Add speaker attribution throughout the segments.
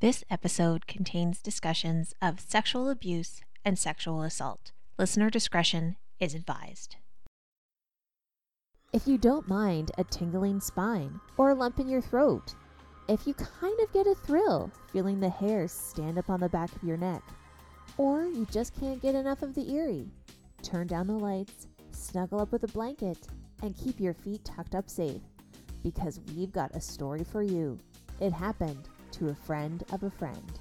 Speaker 1: This episode contains discussions of sexual abuse and sexual assault. Listener discretion is advised.
Speaker 2: If you don't mind a tingling spine or a lump in your throat, if you kind of get a thrill feeling the hairs stand up on the back of your neck, or you just can't get enough of the eerie, turn down the lights, snuggle up with a blanket, and keep your feet tucked up safe because we've got a story for you. It happened to a friend of a friend.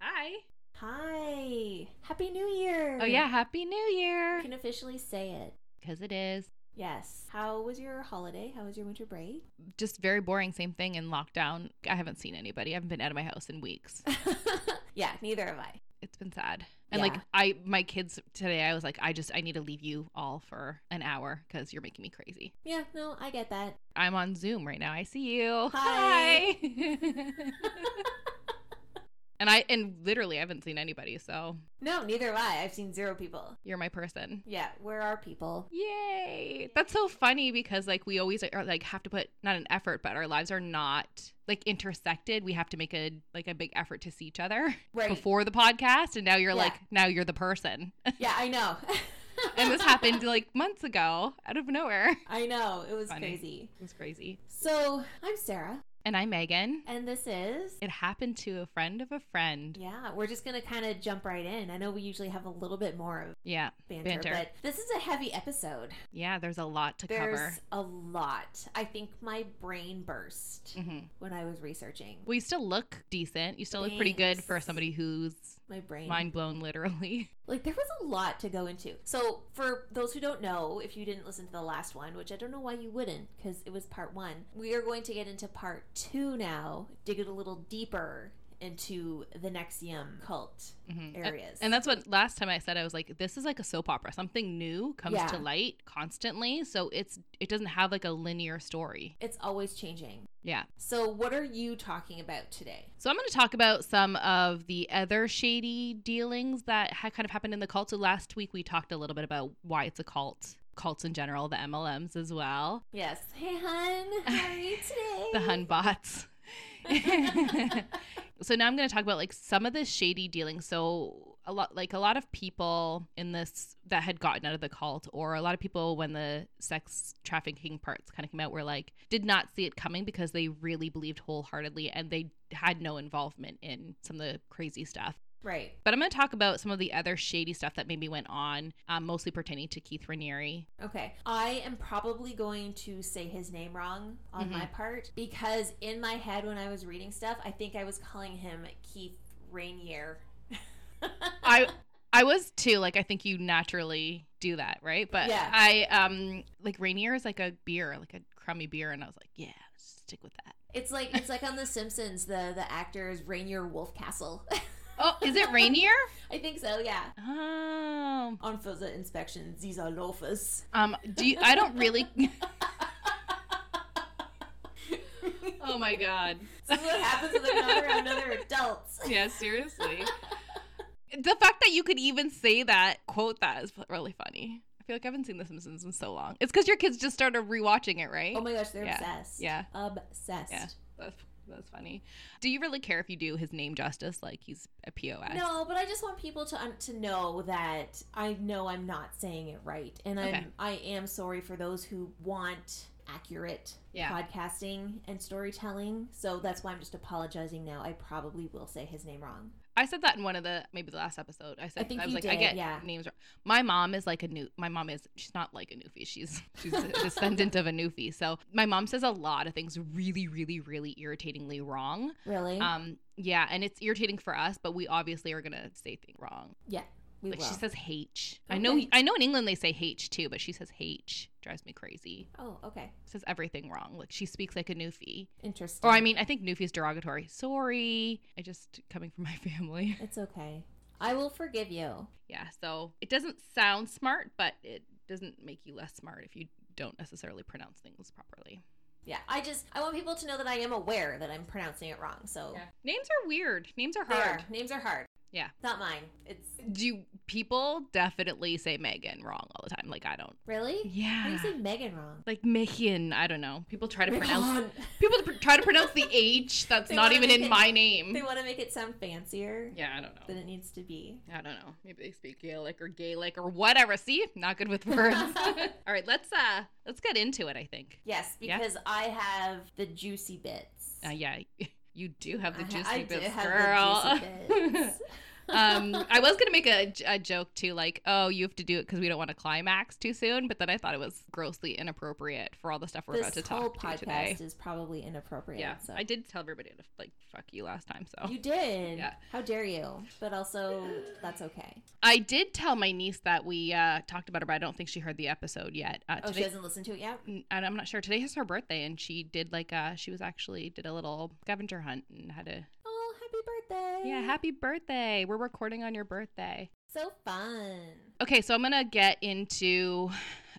Speaker 3: Hi.
Speaker 4: Hi. Happy New Year.
Speaker 3: Oh yeah, happy new year.
Speaker 4: You can officially say it.
Speaker 3: Cuz it is
Speaker 4: Yes. How was your holiday? How was your winter break?
Speaker 3: just very boring same thing in lockdown. I haven't seen anybody. I haven't been out of my house in weeks.
Speaker 4: yeah, neither have I.
Speaker 3: It's been sad. And
Speaker 4: Yeah.
Speaker 3: like I my kids today I was like I just I need to leave you all for an hour cuz you're making me crazy.
Speaker 4: Yeah, no, I get that.
Speaker 3: I'm on Zoom right now. I see you.
Speaker 4: Hi.
Speaker 3: Hi. and I and literally I haven't seen anybody, so
Speaker 4: no, neither have I. I've seen zero people.
Speaker 3: you're my person.
Speaker 4: Yeah, where are people?
Speaker 3: Yay. That's so funny because like we always are like have to put not an effort but our lives are not like intersected. We have to make a like a big effort to see each other
Speaker 4: Right.
Speaker 3: before the podcast and now you're
Speaker 4: Yeah.
Speaker 3: like now you're the person.
Speaker 4: Yeah, I know.
Speaker 3: and this happened like months ago out of nowhere. It
Speaker 4: I know. It was
Speaker 3: Funny.
Speaker 4: crazy.
Speaker 3: was crazy.
Speaker 4: So, I'm Sarah,
Speaker 3: And I'm Megan.
Speaker 4: and this is.
Speaker 3: It happened to a friend of a friend.
Speaker 4: Yeah, we're just going to kind of jump right in. I know we usually have a little bit more of
Speaker 3: Yeah.
Speaker 4: banter,
Speaker 3: Banter.
Speaker 4: but this is a heavy episode.
Speaker 3: Yeah, there's a lot to
Speaker 4: There's a lot. I think my brain burst
Speaker 3: cover. hmm
Speaker 4: when I was researching.
Speaker 3: Well, you still look decent. You still look pretty good for
Speaker 4: Thanks.
Speaker 3: somebody who's
Speaker 4: My brain.
Speaker 3: mind blown literally.
Speaker 4: Like, there was a lot to go into. So, for those who don't know, if you didn't listen to the last one, which I don't know why you wouldn't, because it was part one, we are going to get into part two now, dig it a little deeper into the Nexium cult
Speaker 3: Mhm. A-
Speaker 4: areas.
Speaker 3: And that's what last time I said. I was like, this is like a soap opera. Something new comes
Speaker 4: Yeah.
Speaker 3: to light constantly, so it's it doesn't have like a linear story.
Speaker 4: it's always changing.
Speaker 3: Yeah.
Speaker 4: So, what are you talking about today?
Speaker 3: So I'm going to talk about some of the other shady dealings that ha- kind of happened in the cult. So last week we talked a little bit about why it's a cult, cults in general, the MLMs as well,
Speaker 4: Yes. Hey, hun. How are you today?
Speaker 3: the Hun bots. so now I'm going to talk about like some of the shady dealings. So a lot like a lot of people in this that had gotten out of the cult or a lot of people when the sex trafficking parts kind of came out were like did not see it coming because they really believed wholeheartedly and they had no involvement in some of the crazy stuff.
Speaker 4: right.
Speaker 3: But I'm going to talk about some of the other shady stuff that maybe went on, um, mostly pertaining to Keith Raniere.
Speaker 4: Okay. I am probably going to say his name wrong on
Speaker 3: Mhm.
Speaker 4: my part because in my head when I was reading stuff, I think I was calling him Keith Rainier.
Speaker 3: I I was too. Like I think you naturally do that, right? But
Speaker 4: Yeah.
Speaker 3: I um like Rainier is like a beer, like a crummy beer, and I was like, yeah, stick with that.
Speaker 4: It's like it's like on The Simpsons, the the actor is Rainier Wolfcastle.
Speaker 3: Oh, is it Rainier?
Speaker 4: I think so, yeah.
Speaker 3: Oh,
Speaker 4: On FISA inspection, these are loafers.
Speaker 3: um, do you, I don't really. Oh my god.
Speaker 4: this is what happens when they're not around other adults.
Speaker 3: Yeah, seriously. The fact that you could even say that, quote that, is really funny. I feel like I haven't seen The Simpsons in so long. It's because your kids just started rewatching it, right?
Speaker 4: Oh my gosh, they're
Speaker 3: Yeah.
Speaker 4: obsessed.
Speaker 3: Yeah.
Speaker 4: Obsessed.
Speaker 3: Yeah. That's that's funny. Do you really care if you do his name justice? Like he's a POS.
Speaker 4: No, but I just want people to un- to know that I know I'm not saying it right, and I'm
Speaker 3: Okay.
Speaker 4: I am sorry for those who want accurate
Speaker 3: Yeah.
Speaker 4: podcasting and storytelling. So that's why I'm just apologizing now. I probably will say his name wrong.
Speaker 3: I said that in one of the maybe the last episode. I said
Speaker 4: I think
Speaker 3: was
Speaker 4: you
Speaker 3: like I
Speaker 4: did,
Speaker 3: get
Speaker 4: yeah.
Speaker 3: names wrong. My mom is like a new. My mom is she's not like a newfie. She's she's a descendant of a newfie. So my mom says a lot of things really really really irritatingly wrong.
Speaker 4: Really?
Speaker 3: Um yeah, and it's irritating for us, but we obviously are gonna say things wrong.
Speaker 4: yeah, we
Speaker 3: like
Speaker 4: will.
Speaker 3: she says H. I know
Speaker 4: Okay.
Speaker 3: I know in England they say H too, but she says H. Drives me crazy.
Speaker 4: oh, okay,
Speaker 3: Says everything wrong. Like she speaks like a newfie.
Speaker 4: interesting.
Speaker 3: Or I mean, I think newfie is derogatory. Sorry. I just coming from my family.
Speaker 4: it's okay. I will forgive you.
Speaker 3: Yeah, so it doesn't sound smart, but it doesn't make you less smart if you don't necessarily pronounce things properly.
Speaker 4: Yeah, I just I want people to know that I am aware that I'm pronouncing it wrong. So
Speaker 3: Names are weird. Names are
Speaker 4: They are.
Speaker 3: hard.
Speaker 4: names are hard.
Speaker 3: Yeah.
Speaker 4: It's not mine. It's
Speaker 3: Do people definitely say Megan wrong all the time? Like I don't.
Speaker 4: really. How do
Speaker 3: Yeah.
Speaker 4: you say Megan wrong?
Speaker 3: Like Megan, I don't know. People try to pronounce
Speaker 4: Megan.
Speaker 3: people pr- try to pronounce the H that's
Speaker 4: They
Speaker 3: not
Speaker 4: wanna
Speaker 3: even
Speaker 4: make
Speaker 3: in
Speaker 4: it-
Speaker 3: my name.
Speaker 4: They want to make it sound fancier
Speaker 3: Mm-hmm. Yeah, I don't know.
Speaker 4: than it needs to be.
Speaker 3: I don't know. Maybe they speak Gaelic or Gaelic or whatever. See, not good with words. all right, let's uh let's get into it. I think.
Speaker 4: Yes,
Speaker 3: Yeah.
Speaker 4: because I have the juicy bits.
Speaker 3: Uh, yeah, you do have the
Speaker 4: I ha-
Speaker 3: juicy
Speaker 4: I do
Speaker 3: bits,
Speaker 4: have the
Speaker 3: girl.
Speaker 4: juicy bits.
Speaker 3: um, I was gonna make a, a joke too, like, oh, you have to do it because we don't want to climax too soon. But then I thought it was grossly inappropriate for all the stuff we're
Speaker 4: this
Speaker 3: about to
Speaker 4: whole
Speaker 3: talk
Speaker 4: podcast
Speaker 3: to today.
Speaker 4: is probably inappropriate.
Speaker 3: yeah,
Speaker 4: so.
Speaker 3: I did tell everybody to like fuck you last time, so
Speaker 4: You did.
Speaker 3: Yeah.
Speaker 4: How dare you? But also, that's okay.
Speaker 3: I did tell my niece that we uh, talked about her, but I don't think she heard the episode yet. Uh,
Speaker 4: Oh, she
Speaker 3: today-
Speaker 4: hasn't listened to it yet.
Speaker 3: N- and I'm not sure. Today is her birthday, and she did like uh she was actually did a little scavenger hunt and had a
Speaker 4: Oh, happy birthday!
Speaker 3: yeah happy birthday. We're recording on your birthday.
Speaker 4: So fun.
Speaker 3: Okay, so I'm going to get into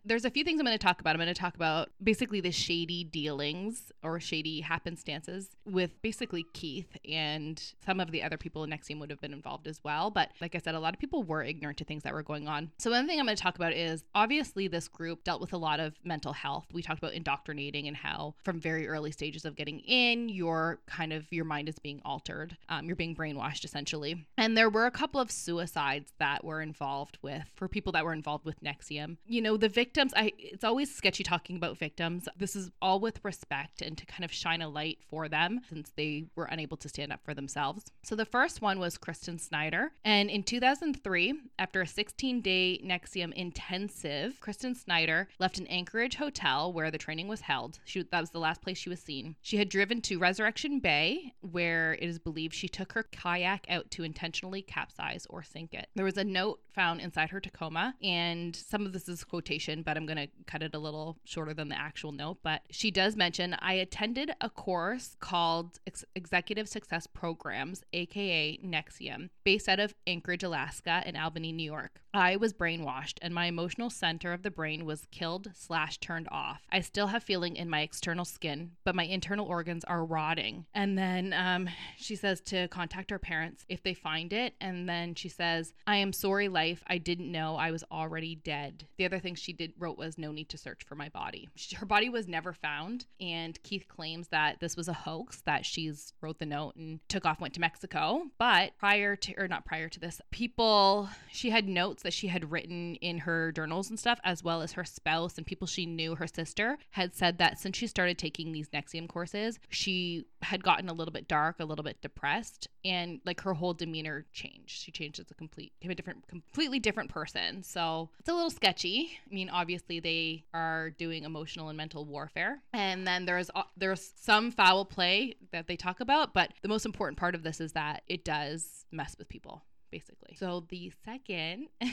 Speaker 3: there's a few things I'm going to talk about. I'm going to talk about basically the shady dealings or shady happenstances with basically Keith and some of the other people in Nexium would have been involved as well. But like I said, a lot of people were ignorant to things that were going on. So one thing I'm going to talk about is obviously this group dealt with a lot of mental health. We talked about indoctrinating and how from very early stages of getting in, your kind of your mind is being altered. Um, you're being brainwashed essentially. And there were a couple of suicides that were involved with for people that were involved with Nexium. You know, the victims, I it's always sketchy talking about victims. This is all with respect and to kind of shine a light for them since they were unable to stand up for themselves. So the first one was Kristen Snyder. And in 2003, after a 16 day Nexium intensive, Kristen Snyder left an Anchorage hotel where the training was held. She, that was the last place she was seen. She had driven to Resurrection Bay, where it is believed she took her kayak out to intentionally capsize or sink it. There was a note found inside her Tacoma, and some of this is quotation, but I'm going to cut it a little shorter than the actual note. But she does mention I attended a course called Ex- Executive Success Programs, aka Nexium, based out of Anchorage, Alaska, and Albany, New York. I was brainwashed, and my emotional center of the brain was killed slash turned off. I still have feeling in my external skin, but my internal organs are rotting. And then um, she says to contact her parents if they find it. And then she says, I am sorry, life. I didn't know I was already dead. The other thing she did wrote was no need to search for my body. She, her body was never found. And Keith claims that this was a hoax that she's wrote the note and took off, went to Mexico. But prior to, or not prior to this, people, she had notes that she had written in her journals and stuff, as well as her spouse and people she knew, her sister, had said that since she started taking these Nexium courses, she had gotten a little bit dark, a little bit depressed, and like her whole demeanor changed. She changed as a complete, became a different, completely different person. So it's a little sketchy. I mean, obviously they are doing emotional and mental warfare, and then there's uh, there's some foul play that they talk about, but the most important part of this is that it does mess with people. Basically. So the second,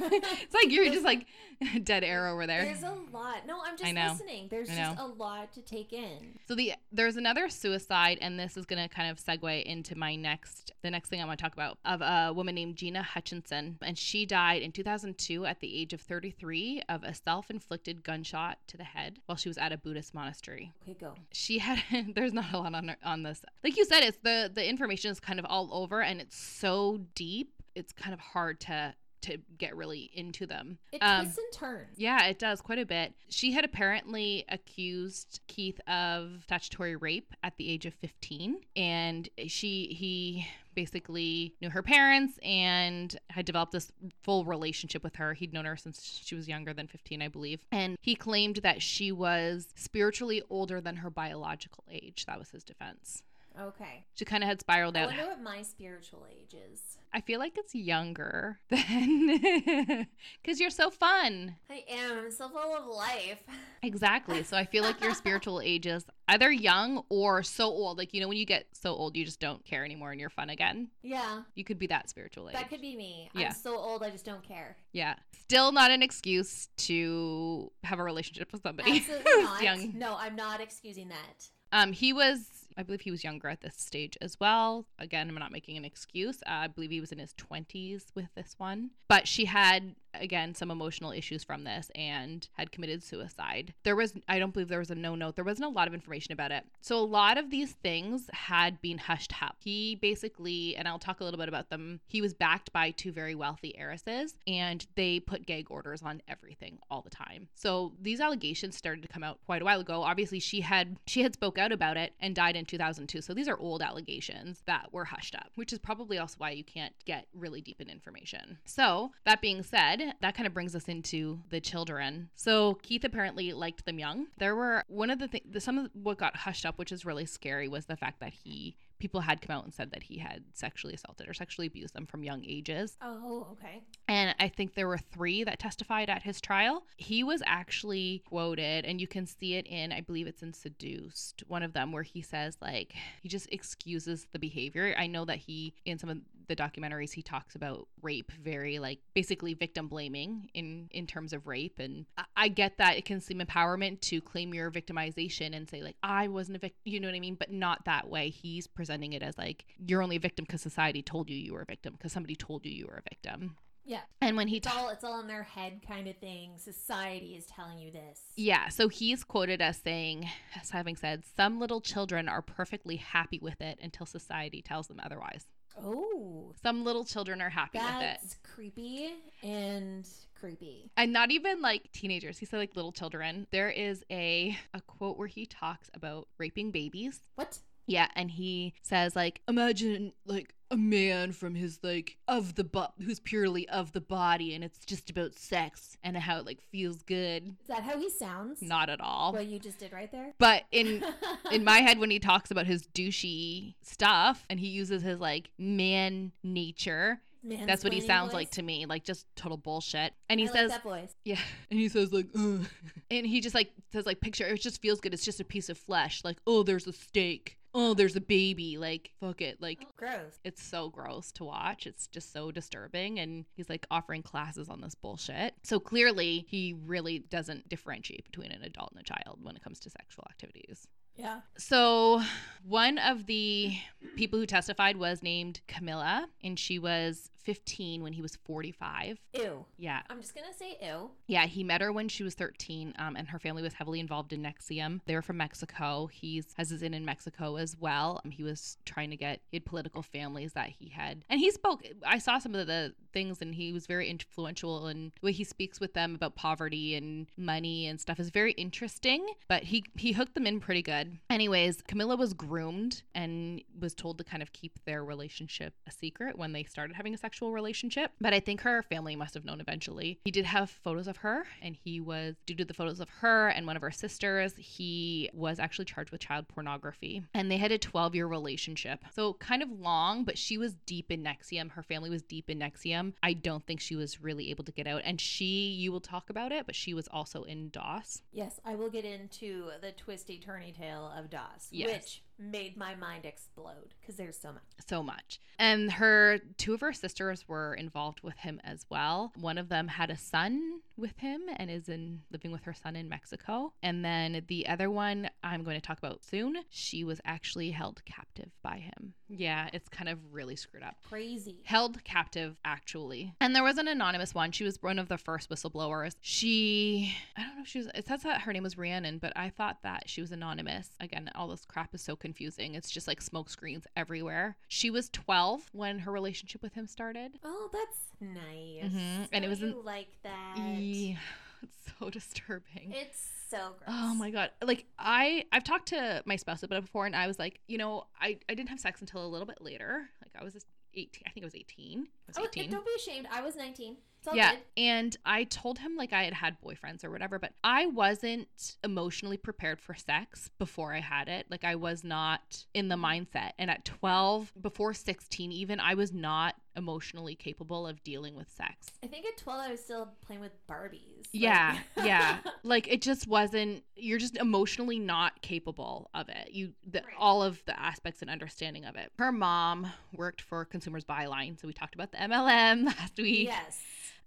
Speaker 3: it's like you're just like dead air over there.
Speaker 4: There's a lot. No, I'm just
Speaker 3: I know.
Speaker 4: listening. There's
Speaker 3: I
Speaker 4: just a
Speaker 3: know.
Speaker 4: lot to take in.
Speaker 3: So the there's another suicide, and this is going to kind of segue into my next the next thing I want to talk about of a woman named Gina Hutchinson, and she died in 2002 at the age of 33 of a self-inflicted gunshot to the head while she was at a Buddhist monastery
Speaker 4: Okay, go.
Speaker 3: she had there's not a lot on on this like you said it's the the information is kind of all over and it's so deep it's kind of hard to to get really into them
Speaker 4: It
Speaker 3: Um,
Speaker 4: twists and turns.
Speaker 3: yeah, it does quite a bit. She had apparently accused Keith of statutory rape at the age of 15 and she he basically knew her parents and had developed this full relationship with her. He'd known her since she was younger than 15, I believe. And he claimed that she was spiritually older than her biological age. That was his defense.
Speaker 4: Okay.
Speaker 3: She kind of had spiraled
Speaker 4: I
Speaker 3: out.
Speaker 4: wonder what my spiritual age is.
Speaker 3: I feel like it's younger than cuz you're so fun.
Speaker 4: I am so full of life.
Speaker 3: Exactly. So I feel like your spiritual age is either young or so old. Like, you know, when you get so old, you just don't care anymore and you're fun again.
Speaker 4: Yeah,
Speaker 3: You could be that spiritual age.
Speaker 4: that could be me.
Speaker 3: Yeah.
Speaker 4: I'm so old, I just don't care.
Speaker 3: yeah. Still not an excuse to have a relationship with somebody
Speaker 4: Absolutely
Speaker 3: who's
Speaker 4: not.
Speaker 3: young.
Speaker 4: No, I'm not excusing that.
Speaker 3: Um, he was, I believe he was younger at this stage as well. Again, I'm not making an excuse. Uh, I believe he was in his 20s with this one. But she had again some emotional issues from this and had committed suicide. There was I don't believe there was a no note. There wasn't a lot of information about it. So a lot of these things had been hushed up. He basically and I'll talk a little bit about them. He was backed by two very wealthy heiresses and they put gag orders on everything all the time. So these allegations started to come out quite a while ago. Obviously she had she had spoke out about it and died in 2002. So these are old allegations that were hushed up, which is probably also why you can't get really deep in information. So, that being said, that kind of brings us into the children. So, Keith apparently liked them young. There were one of the things, some of what got hushed up, which is really scary, was the fact that he people had come out and said that he had sexually assaulted or sexually abused them from young ages.
Speaker 4: Oh, okay.
Speaker 3: And I think there were three that testified at his trial. He was actually quoted, and you can see it in, I believe it's in Seduced, one of them, where he says, like, he just excuses the behavior. I know that he, in some of the documentaries, he talks about rape very, like, basically victim blaming in, in terms of rape. And I, I get that it can seem empowerment to claim your victimization and say, like, I wasn't a victim, you know what I mean? But not that way. He's presenting it as, like, you're only a victim because society told you you were a victim, because somebody told you you were a victim.
Speaker 4: Yeah.
Speaker 3: And when he
Speaker 4: It's
Speaker 3: talks.
Speaker 4: all it's all in their head kind of thing. Society is telling you this.
Speaker 3: Yeah, so he's quoted as saying, as having said, some little children are perfectly happy with it until society tells them otherwise.
Speaker 4: Oh.
Speaker 3: Some little children are happy with
Speaker 4: That's
Speaker 3: it.
Speaker 4: creepy and creepy.
Speaker 3: And not even like teenagers. He said like little children. There is a a quote where he talks about raping babies.
Speaker 4: What?
Speaker 3: Yeah, and he says like, imagine like a man from his like of the bo- who's purely of the body and it's just about sex and how it like feels good.
Speaker 4: Is that how he sounds?
Speaker 3: Not at all.
Speaker 4: what you just did right there.
Speaker 3: But in in my head when he talks about his douchey stuff and he uses his like man nature that's what he
Speaker 4: Mansplaining
Speaker 3: sounds
Speaker 4: voice?
Speaker 3: like to me like just total bullshit and
Speaker 4: I
Speaker 3: he
Speaker 4: like
Speaker 3: says
Speaker 4: that voice.
Speaker 3: yeah and he says like Ugh. and he just like says like picture it just feels good it's just a piece of flesh like oh there's a steak oh there's a baby like fuck it like
Speaker 4: Oh, gross.
Speaker 3: it's so gross to watch. It's just so disturbing. And he's like offering classes on this bullshit. So clearly, he really doesn't differentiate between an adult and a child when it comes to sexual activities.
Speaker 4: Yeah.
Speaker 3: So, one of the people who testified was named Camilla, and she was 15 when he was 45.
Speaker 4: Ew.
Speaker 3: Yeah.
Speaker 4: I'm just gonna say ew.
Speaker 3: Yeah, he met her when she was 13, um, and her family was heavily involved in Nexium. They were from Mexico. He has his in in Mexico as well. Um, he was trying to get he had political families that he had, and he spoke. I saw some of the things, and he was very influential. And the way he speaks with them about poverty and money and stuff is very interesting. But he he hooked them in pretty good. Anyways, Camilla was groomed and was told to kind of keep their relationship a secret when they started having a sexual relationship. But I think her family must have known eventually. He did have photos of her, and he was, due to the photos of her and one of her sisters, he was actually charged with child pornography. And they had a 12 year relationship. So kind of long, but she was deep in Nexium. Her family was deep in Nexium. I don't think she was really able to get out. And she, you will talk about it, but she was also in DOS.
Speaker 4: Yes, I will get into the twisty turny tale of DOS,
Speaker 3: Yes.
Speaker 4: which made my mind explode because there's so much.
Speaker 3: so much. And her two of her sisters were involved with him as well. One of them had a son with him and is in living with her son in Mexico. And then the other one I'm going to talk about soon, she was actually held captive by him. Yeah, it's kind of really screwed up
Speaker 4: Crazy.
Speaker 3: held captive actually and there was an anonymous one she was one of the first whistleblowers she i don't know if she was it says that her name was rhiannon but i thought that she was anonymous again all this crap is so confusing it's just like smoke screens everywhere she was 12 when her relationship with him started
Speaker 4: Oh, that's nice.
Speaker 3: Mhm, and it
Speaker 4: Don't
Speaker 3: was in-
Speaker 4: you like that.
Speaker 3: Yeah, it's so disturbing
Speaker 4: It's so gross.
Speaker 3: Oh my god. Like I I've talked to my spouse about it before and I was like, you know, I I didn't have sex until a little bit later. Like I was just 18 I think I was 18.
Speaker 4: Oh,
Speaker 3: I was
Speaker 4: and
Speaker 3: 18.
Speaker 4: don't be ashamed. I was 19. It's all
Speaker 3: yeah
Speaker 4: good.
Speaker 3: and i told him like i had had boyfriends or whatever but i wasn't emotionally prepared for sex before i had it like i was not in the mindset and at 12 before 16 even i was not emotionally capable of dealing with sex
Speaker 4: I think at 12, I was still playing with Barbies. Like-
Speaker 3: yeah, yeah. Like it just wasn't. You're just emotionally not capable of it. You, the,
Speaker 4: Right.
Speaker 3: all of the aspects and understanding of it. Her mom worked for Consumers Byline, so we talked about the MLM last week.
Speaker 4: yes.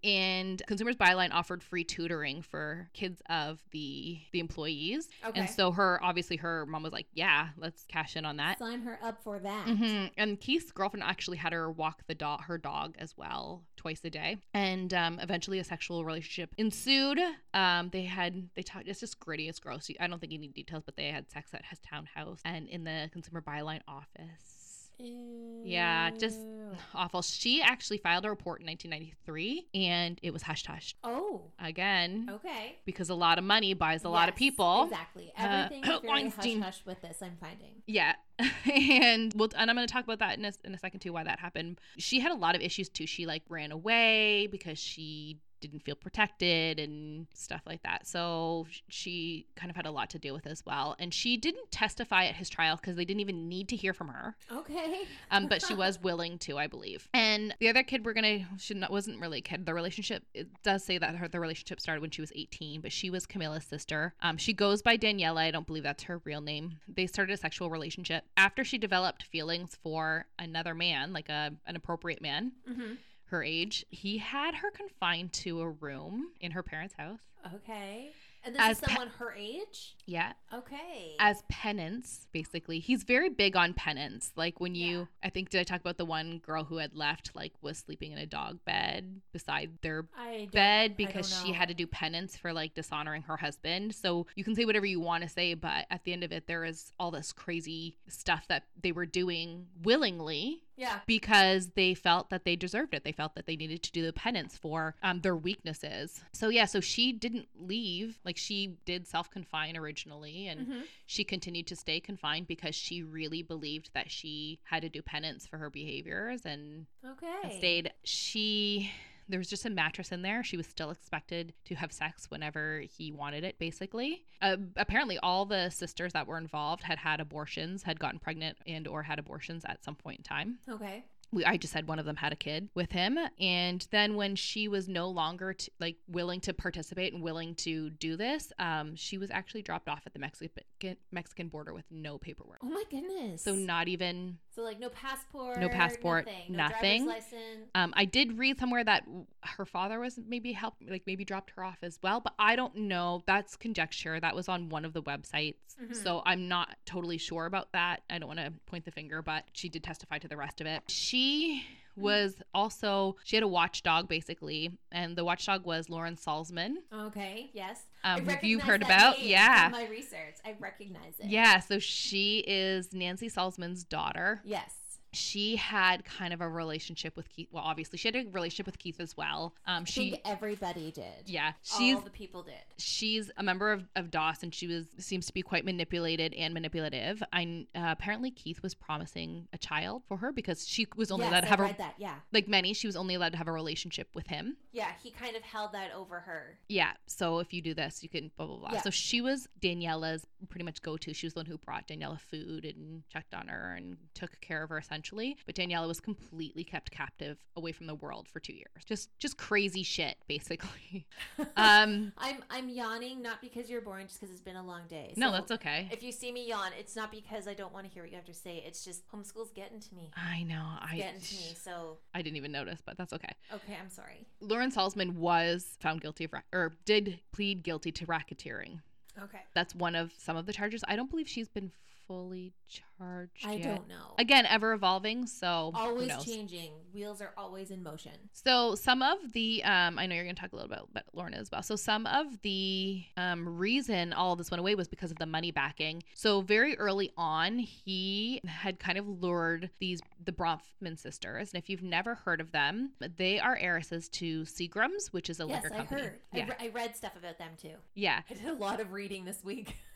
Speaker 3: and Consumers Byline offered free tutoring for kids of the the employees.
Speaker 4: Okay.
Speaker 3: And so her obviously her mom was like, "Yeah, let's cash in on that."
Speaker 4: Sign her up for that.
Speaker 3: hmm And Keith's girlfriend actually had her walk the dog, her dog as well, twice a day, and um, eventually a sexual relationship ensued. Um, they had they talked. It's just gritty. It's gross. You- I don't think you need details, but they had sex at his townhouse and in the consumer byline office. Yeah, just-
Speaker 4: Ew.
Speaker 3: Awful. She actually filed a report in 1993, and it was hush hush
Speaker 4: Oh,
Speaker 3: again
Speaker 4: okay.
Speaker 3: because a lot of money buys a lot of
Speaker 4: Yes,
Speaker 3: people.
Speaker 4: Exactly.
Speaker 3: Uh,
Speaker 4: Everything is very hush
Speaker 3: Weinstein.
Speaker 4: hush with this. I'm finding.
Speaker 3: Yeah. and well, and I'm going to talk about that in a, in a second too, why that happened. She had a lot of issues too. She like ran away because she didn't feel protected and stuff like that. So sh- she kind of had a lot to deal with as well. And she didn't testify at his trial because they didn't even need to hear from her.
Speaker 4: Okay.
Speaker 3: Um, but she was willing to, I believe. And the other kid we're gonna should not wasn't really a kid. The relationship it does say that her the relationship started when she was 18, but she was Camilla's sister. Um, she goes by Daniela. I don't believe that's her real name. They started a sexual relationship after she developed feelings for another man, like a an appropriate man
Speaker 4: hmm
Speaker 3: her age. He had her confined to a room in her parents' house.
Speaker 4: Okay. And this
Speaker 3: As
Speaker 4: is
Speaker 3: pe-
Speaker 4: someone her age.
Speaker 3: Yeah,
Speaker 4: Okay.
Speaker 3: as penance basically he's very big on penance like when you
Speaker 4: Yeah.
Speaker 3: i think did i talk about the one girl who had left like was sleeping in a dog bed beside their
Speaker 4: I don't-
Speaker 3: bed
Speaker 4: I
Speaker 3: because
Speaker 4: don't
Speaker 3: she
Speaker 4: know.
Speaker 3: had to do penance for like dishonoring her husband so you can say whatever you want to say but at the end of it there is all this crazy stuff that they were doing willingly
Speaker 4: Yeah.
Speaker 3: because they felt that they deserved it. They felt that they needed to do the penance for um, their weaknesses. So yeah, so she didn't leave. Like she did self confine originally, and
Speaker 4: Mhm.
Speaker 3: she continued to stay confined because she really believed that she had to do penance for her behaviors and
Speaker 4: Okay.
Speaker 3: stayed. She there was just a mattress in there. She was still expected to have sex whenever he wanted it. Basically, uh, apparently, all the sisters that were involved had had abortions, had gotten pregnant, and or had abortions at some point in time
Speaker 4: Okay.
Speaker 3: we I just said one of them had a kid with him and then when she was no longer t- like willing to participate and willing to do this um she was actually dropped off at the Mexican Mexican border with no paperwork
Speaker 4: Oh my goodness.
Speaker 3: so not even
Speaker 4: So like no passport.
Speaker 3: No passport,
Speaker 4: Nothing. No
Speaker 3: nothing.
Speaker 4: driver's license.
Speaker 3: um I did read somewhere that w- her father was maybe helped like maybe dropped her off as well but I don't know that's conjecture that was on one of the websites
Speaker 4: Mhm.
Speaker 3: so I'm not totally sure about that I don't want to point the finger but she did testify to the rest of it she
Speaker 4: Mm-hmm.
Speaker 3: was also she had a watchdog basically and the watchdog was lauren salzman
Speaker 4: Okay. Yes. I
Speaker 3: um, who you've
Speaker 4: recognize
Speaker 3: heard
Speaker 4: that
Speaker 3: about
Speaker 4: name from
Speaker 3: yeah
Speaker 4: my research. I recognize it.
Speaker 3: yeah so she is nancy salzman's daughter
Speaker 4: Yes.
Speaker 3: she had kind of a relationship with keith well obviously she had a relationship with keith as well um
Speaker 4: I think
Speaker 3: she
Speaker 4: everybody did.
Speaker 3: yeah
Speaker 4: All
Speaker 3: she's
Speaker 4: the people did.
Speaker 3: she's a member of, of DOS and she was seems to be quite manipulated and manipulative. I uh, apparently Keith was promising a child for her because she was only
Speaker 4: yes,
Speaker 3: allowed to
Speaker 4: I
Speaker 3: have a
Speaker 4: read that. Yeah.
Speaker 3: like many she was only allowed to have a relationship with him.
Speaker 4: Yeah. He kind of held that over her.
Speaker 3: Yeah, so if you do this, you can blah blah blah.
Speaker 4: Yeah.
Speaker 3: So she was Daniela's pretty much go to. She was the one who brought Daniela food and checked on her and took care of her essentially. But Daniela was completely kept captive away from the world for two years. Just just crazy shit basically. um,
Speaker 4: I'm I'm yawning not because you're boring, just because it's been a long day.
Speaker 3: no,
Speaker 4: So
Speaker 3: that's okay.
Speaker 4: If you see me yawn, it's not because I don't want to hear what you have to say. It's just homeschool's getting to me.
Speaker 3: I know. I
Speaker 4: Getting to me. So
Speaker 3: I didn't even notice, but that's okay.
Speaker 4: okay, I'm sorry.
Speaker 3: Lauren Salzman was found guilty of, ra- or did plead guilty to racketeering.
Speaker 4: Okay.
Speaker 3: That's one of some of the charges. I don't believe she's been fully charged.
Speaker 4: I
Speaker 3: yet.
Speaker 4: don't know.
Speaker 3: Again, ever evolving, so who
Speaker 4: always
Speaker 3: knows?
Speaker 4: changing. Wheels are always in motion.
Speaker 3: So some of the, um, I know you're going to talk a little bit about Lorna as well. So some of the um, reason all this went away was because of the money backing. So very early on, he had kind of lured these the Bronfman sisters, and if you've never heard of them, they are heiresses to Seagrams, which is a
Speaker 4: yes,
Speaker 3: liquor
Speaker 4: I
Speaker 3: company.
Speaker 4: heard.
Speaker 3: Yeah,
Speaker 4: I, re- I read stuff about them too.
Speaker 3: yeah.
Speaker 4: I did a lot of reading this week,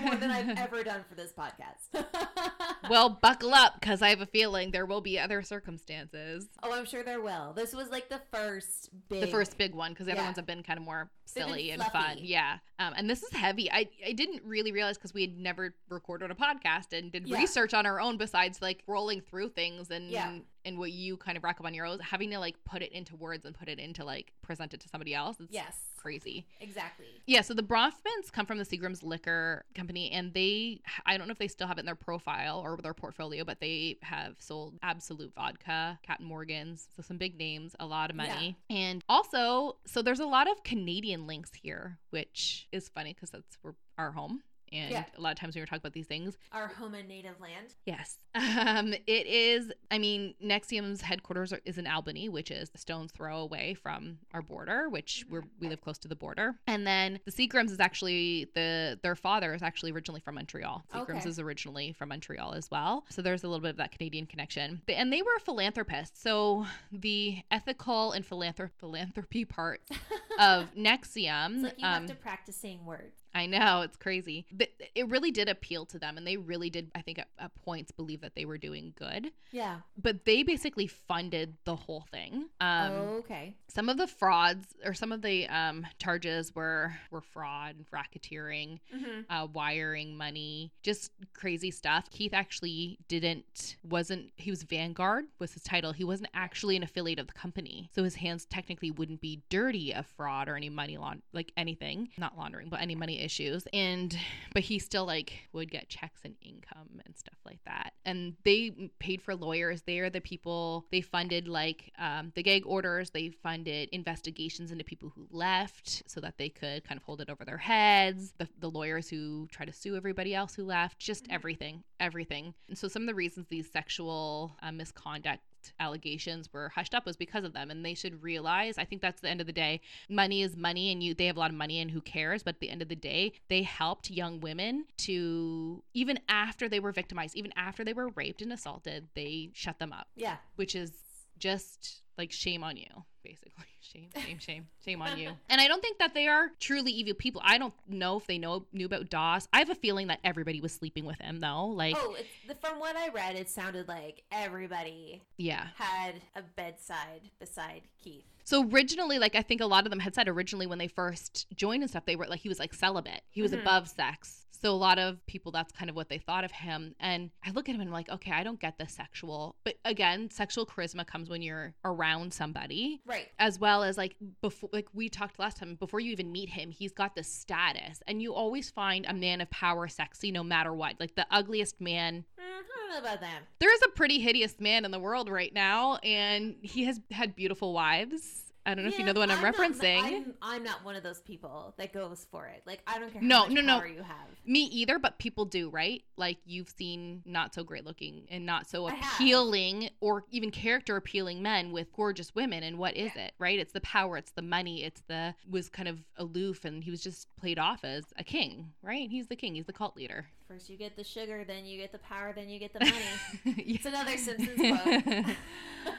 Speaker 4: more than I've ever done for this podcast.
Speaker 3: Well, buckle up because I have a feeling there will be other circumstances.
Speaker 4: oh, I'm sure there will. This was like the first big.
Speaker 3: The first big one, because the other
Speaker 4: Yeah.
Speaker 3: ones have been kind of more
Speaker 4: They've been
Speaker 3: silly and fun.
Speaker 4: fluffy.
Speaker 3: Yeah. Um, and this is heavy. I, I didn't really realize because we had never recorded a podcast and did
Speaker 4: Yeah.
Speaker 3: research on our own besides like rolling through things and
Speaker 4: Yeah.
Speaker 3: and what you kind of rack up on your own, having to like put it into words and put it into like present it to somebody else. It's
Speaker 4: Yes,
Speaker 3: crazy.
Speaker 4: exactly.
Speaker 3: Yeah, so the Bronfmans come from the Seagram's Liquor Company, and they, I don't know if they still have it in their profile or their portfolio, but they have sold Absolute Vodka, Captain Morgan's, so some big names, a lot of money. And also, so there's a lot of Canadian links here, which is funny because that's where our home. And
Speaker 4: Yeah.
Speaker 3: a lot of times when we were talking about these things,
Speaker 4: Our home and native land.
Speaker 3: Yes. Um, it is, I mean, Nexium's headquarters are, is in Albany, which is a stone's throw away from our border,
Speaker 4: Mm-hmm.
Speaker 3: which we're, we live close to the border. And then the Seagrams is actually, the their father is actually originally from Montreal. Seagrams
Speaker 4: Okay.
Speaker 3: is originally from Montreal as well. So there's a little bit of that Canadian connection. But- And they were a philanthropist. So the ethical and philanthrop- philanthropy part of Nexium.
Speaker 4: It's like you
Speaker 3: um,
Speaker 4: have to practice saying words.
Speaker 3: I know it's crazy, but it really did appeal to them, and they really did. I think at, at points believe that they were doing good,
Speaker 4: Yeah.
Speaker 3: but they basically funded the whole thing. Um,
Speaker 4: Oh, okay.
Speaker 3: Some of the frauds or some of the um, charges were were fraud, racketeering,
Speaker 4: Mm-hmm.
Speaker 3: uh, wiring money, just crazy stuff. Keith actually didn't wasn't he was Vanguard was his title. He wasn't actually an affiliate of the company, so his hands technically wouldn't be dirty of fraud or any money laun like anything, not laundering, but any money issues. And but he still like would get checks and income and stuff like that. And they paid for lawyers. They are the people they funded like um, the gag orders. They funded investigations into people who left so that they could kind of hold it over their heads. The, the lawyers who try to sue everybody else who left. Just
Speaker 4: Mhm.
Speaker 3: everything, everything. And so some of the reasons these sexual uh, misconduct allegations were hushed up was because of them and they should realize i think that's the end of the day money is money and you they have a lot of money and who cares but at the end of the day they helped young women to even after they were victimized even after they were raped and assaulted they shut them up
Speaker 4: Yeah.
Speaker 3: which is just like shame on you basically shame shame shame shame on you and i don't think that they are truly evil people i don't know if they know knew about doss i have a feeling that everybody was sleeping with him though like
Speaker 4: Oh, it's, the, from what I read, it sounded like everybody
Speaker 3: yeah
Speaker 4: had a bedside beside Keith.
Speaker 3: So originally, like I think a lot of them had said originally when they first joined and stuff, they were like he was like celibate. He was
Speaker 4: Mhm.
Speaker 3: above sex. So a lot of people that's kind of what they thought of him. And I look at him and I'm like, okay, I don't get the sexual. But again, sexual charisma comes when you're around somebody.
Speaker 4: Right.
Speaker 3: As well as like before, like we talked last time, before you even meet him, he's got this status, and you always find a man of power sexy no matter what. Like the ugliest man
Speaker 4: Mm, I don't know about that.
Speaker 3: there is a pretty hideous man in the world right now, and he has had beautiful wives. I don't know if you know the one I'm, referencing.
Speaker 4: Not, I'm, I'm not one of those people that goes for it. Like I don't care how
Speaker 3: No,
Speaker 4: much
Speaker 3: no, no.
Speaker 4: power you have.
Speaker 3: Me either, but people do, right? Like you've seen not so great looking and not so
Speaker 4: I have.
Speaker 3: appealing or even character appealing men with gorgeous women. And what is it, right? It's the power, it's the money, it's the was kind of aloof, and he was just played off as a king, right? He's the king, he's the cult leader.
Speaker 4: First you get the sugar, then you get the power, then you get the money.
Speaker 3: Yeah.
Speaker 4: it's another Simpsons quote.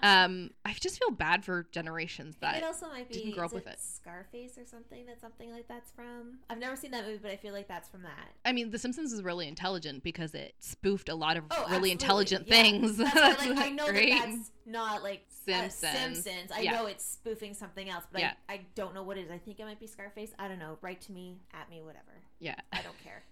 Speaker 3: um, I just feel bad for generations
Speaker 4: it
Speaker 3: that
Speaker 4: also might be
Speaker 3: didn't grow
Speaker 4: is
Speaker 3: up with it.
Speaker 4: Scarface or something that something like that's from. I've never seen that movie, but I feel like that's from that.
Speaker 3: I mean, The Simpsons is really intelligent because it spoofed a lot of
Speaker 4: Oh,
Speaker 3: really
Speaker 4: absolutely.
Speaker 3: intelligent
Speaker 4: Yeah.
Speaker 3: things.
Speaker 4: That's why, like, I know
Speaker 3: Right?
Speaker 4: that that's not like uh,
Speaker 3: Simpsons.
Speaker 4: Simpsons. I
Speaker 3: Yeah.
Speaker 4: know it's spoofing something else, but
Speaker 3: Yeah.
Speaker 4: I, I don't know what it is. I think it might be Scarface. I don't know. Write to me, at me, whatever.
Speaker 3: Yeah.
Speaker 4: I don't care.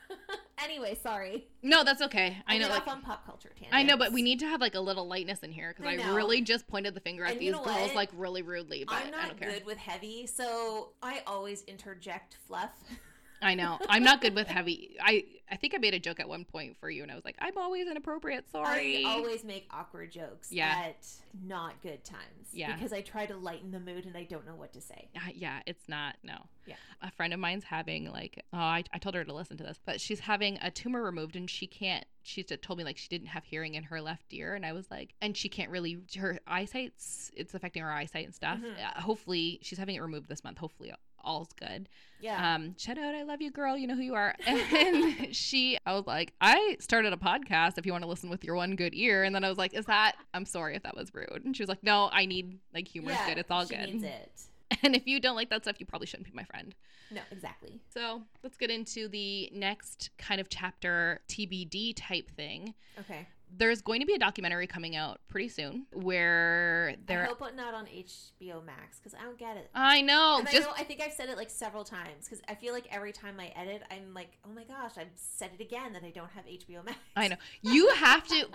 Speaker 4: anyway, sorry.
Speaker 3: No, that's okay. I, know.
Speaker 4: get
Speaker 3: Like,
Speaker 4: off on pop culture tangents.
Speaker 3: I know, but we need to have like a little lightness in here because
Speaker 4: I
Speaker 3: I,
Speaker 4: know.
Speaker 3: really just pointed the finger at
Speaker 4: And
Speaker 3: these
Speaker 4: you know
Speaker 3: girls
Speaker 4: what?
Speaker 3: like really rudely. But
Speaker 4: I'm
Speaker 3: I
Speaker 4: not
Speaker 3: don't care.
Speaker 4: good with heavy, so I always interject fluff.
Speaker 3: I know I'm not good with heavy. I I think I made a joke at one point for you, and I was like, I'm always inappropriate. Sorry.
Speaker 4: I always make awkward jokes
Speaker 3: Yeah.
Speaker 4: at not good times.
Speaker 3: Yeah.
Speaker 4: Because I try to lighten the mood and I don't know what to say.
Speaker 3: Uh, yeah, it's not. No.
Speaker 4: Yeah.
Speaker 3: A friend of mine's having like, oh, I, I told her to listen to this, but she's having a tumor removed and she can't. She just told me like she didn't have hearing in her left ear, and I was like, and she can't really her eyesight's it's affecting her eyesight and stuff.
Speaker 4: Mhm.
Speaker 3: Uh, hopefully, she's having it removed this month. Hopefully, all's good.
Speaker 4: Yeah.
Speaker 3: Um, shout out, I love you, girl. You know who you are. And she, I was like, I started a podcast. If you want to listen with your one good ear, and then I was like, is that? I'm sorry if that was rude. And she was like, no, I need like humor's
Speaker 4: Yeah,
Speaker 3: good. It's all
Speaker 4: she
Speaker 3: good.
Speaker 4: Needs it.
Speaker 3: And if you don't like that stuff, you probably shouldn't be my friend.
Speaker 4: No, exactly.
Speaker 3: So let's get into the next kind of chapter TBD type thing.
Speaker 4: Okay.
Speaker 3: There's going to be a documentary coming out pretty soon where
Speaker 4: I
Speaker 3: there.
Speaker 4: hope not on HBO Max because I don't get it.
Speaker 3: I know.
Speaker 4: And I
Speaker 3: Oh, Just
Speaker 4: know I think I've said it like several times because I feel like every time I edit, I'm like, oh my gosh, I've said it again that I don't have HBO Max.
Speaker 3: I know. You have to.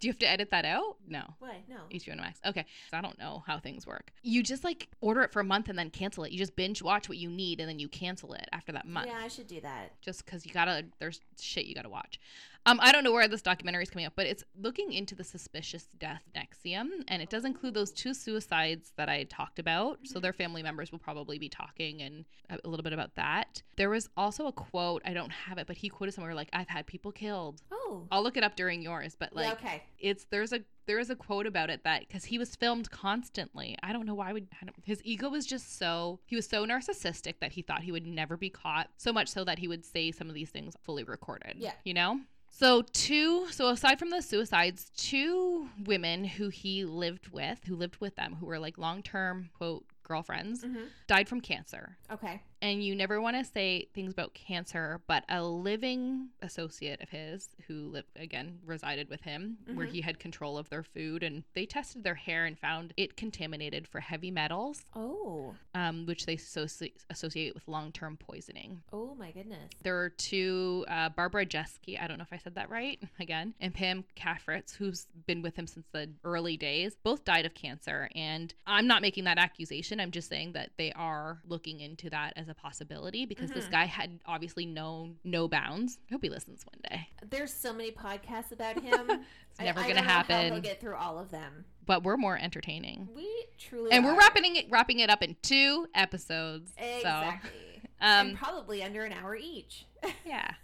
Speaker 3: Do you have to edit that out? No.
Speaker 4: Why? No.
Speaker 3: HBO Max. Okay. So I don't know how things work. You just like order it for a month and then cancel it. You just binge watch what you need and then you cancel it after that month.
Speaker 4: Yeah, I should do that.
Speaker 3: Just because you gotta, there's shit you gotta watch. Um, I don't know where this documentary is coming up, but it's looking into the suspicious death of Nexium, and it does include those two suicides that I talked about. So their family members will probably be talking and a a little bit about that. There was also a quote I don't have it, but he quoted somewhere like, "I've had people killed."
Speaker 4: Oh.
Speaker 3: I'll look it up during yours, but like,
Speaker 4: yeah, okay.
Speaker 3: it's there's a there is a quote about it that because he was filmed constantly. I don't know why would I don't- his ego was just so he was so narcissistic that he thought he would never be caught. So much so that he would say some of these things fully recorded.
Speaker 4: Yeah.
Speaker 3: you know. So two so aside from the suicides, two women who he lived with, who lived with them, who were like long term quote girlfriends,
Speaker 4: hmm
Speaker 3: died from cancer
Speaker 4: Okay.
Speaker 3: and you never want to say things about cancer, but a living associate of his who lived again resided with him, where
Speaker 4: Mhm.
Speaker 3: he had control of their food, and they tested their hair and found it contaminated for heavy metals,
Speaker 4: Oh.
Speaker 3: um, which they associ- associate with long-term poisoning.
Speaker 4: Oh my goodness.
Speaker 3: There are two, uh, Barbara Jeske, I don't know if I said that right again, and Pam Kaffritz, who's been with him since the early days, both died of cancer. And I'm not making that accusation. I'm just saying that they are looking into that as a possibility because this
Speaker 4: Mhm.
Speaker 3: guy had obviously known no bounds. I hope he listens one day.
Speaker 4: There's so many podcasts about him.
Speaker 3: It's never
Speaker 4: I, I
Speaker 3: going to
Speaker 4: don't know how he'll
Speaker 3: happen,
Speaker 4: get through all of them.
Speaker 3: but we're more entertaining.
Speaker 4: We truly
Speaker 3: And we're
Speaker 4: are.
Speaker 3: wrapping it, wrapping it up in two episodes.
Speaker 4: Exactly.
Speaker 3: So, um,
Speaker 4: and probably under an hour each.
Speaker 3: yeah.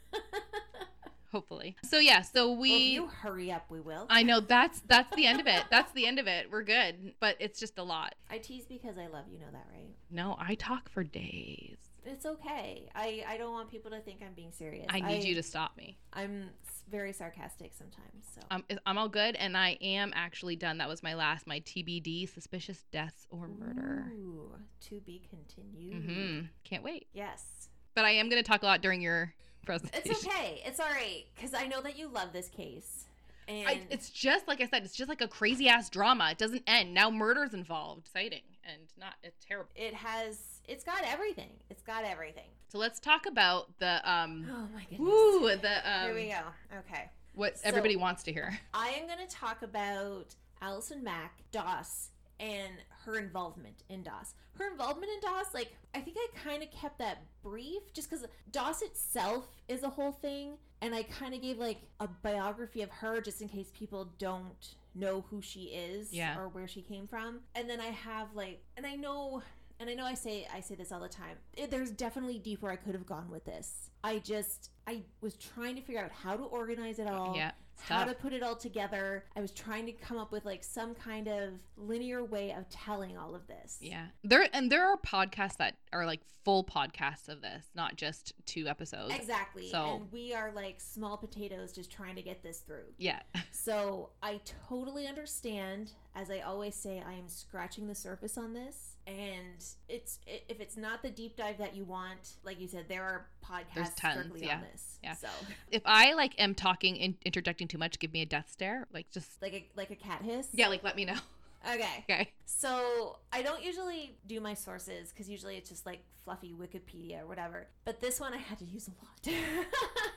Speaker 3: Hopefully. So yeah, so
Speaker 4: Well, if
Speaker 3: we
Speaker 4: you hurry up, we will.
Speaker 3: I know that's that's the end of it. That's the end of it. We're good, but it's just a lot.
Speaker 4: I tease because I love you. Know that, right?
Speaker 3: No, I talk for days.
Speaker 4: It's okay. I I don't want people to think I'm being serious.
Speaker 3: I need you to stop me.
Speaker 4: I'm s- very sarcastic sometimes. So
Speaker 3: I'm I'm all good, and I am actually done. That was my last, my TBD, suspicious deaths or murder.
Speaker 4: Ooh, to be continued.
Speaker 3: Mm-hmm. Can't wait.
Speaker 4: Yes.
Speaker 3: But I am gonna talk a lot during your presentation.
Speaker 4: It's okay. It's all right because I know that you love this case. And
Speaker 3: I, it's just like I said. It's just like a crazy ass drama. It doesn't end. Now murder's involved. Exciting and not a terrible.
Speaker 4: it has it's got everything. It's got everything.
Speaker 3: So let's talk about the um.
Speaker 4: Oh my goodness.
Speaker 3: Ooh, the
Speaker 4: Here we
Speaker 3: um.
Speaker 4: go. Okay.
Speaker 3: What
Speaker 4: So-
Speaker 3: everybody wants to hear.
Speaker 4: I am going to talk about Allison Mack, DOS, and her involvement in DOS. Her involvement in DOS, like, I think I kind of kept that brief just because DOS itself is a whole thing. And I kind of gave, like, a biography of her just in case people don't know who she is
Speaker 3: Yeah.
Speaker 4: or where she came from. And then I have, like, and I know. And I know I say I say this all the time. It- There's definitely deeper I could have gone with this. I just I was trying to figure out how to organize it all
Speaker 3: Yeah. it's
Speaker 4: how
Speaker 3: tough.
Speaker 4: to put it all together. I was trying to come up with like some kind of linear way of telling all of this.
Speaker 3: Yeah. There and there are podcasts that are like full podcasts of this, not just two episodes.
Speaker 4: Exactly.
Speaker 3: So-
Speaker 4: And we are like small potatoes just trying to get this through.
Speaker 3: Yeah.
Speaker 4: So I totally understand. As I always say, I am scratching the surface on this. And it's i- if it's not the deep dive that you want, like you said, there are podcasts
Speaker 3: tons,
Speaker 4: strictly
Speaker 3: yeah.
Speaker 4: on this.
Speaker 3: Yeah.
Speaker 4: So
Speaker 3: If I like am talking and interjecting too much, give me a death stare. Like just
Speaker 4: like a like a cat hiss.
Speaker 3: yeah, like let me know.
Speaker 4: Okay.
Speaker 3: Okay.
Speaker 4: So I don't usually do my sources because usually it's just like fluffy Wikipedia or whatever. But this one I had to use a lot.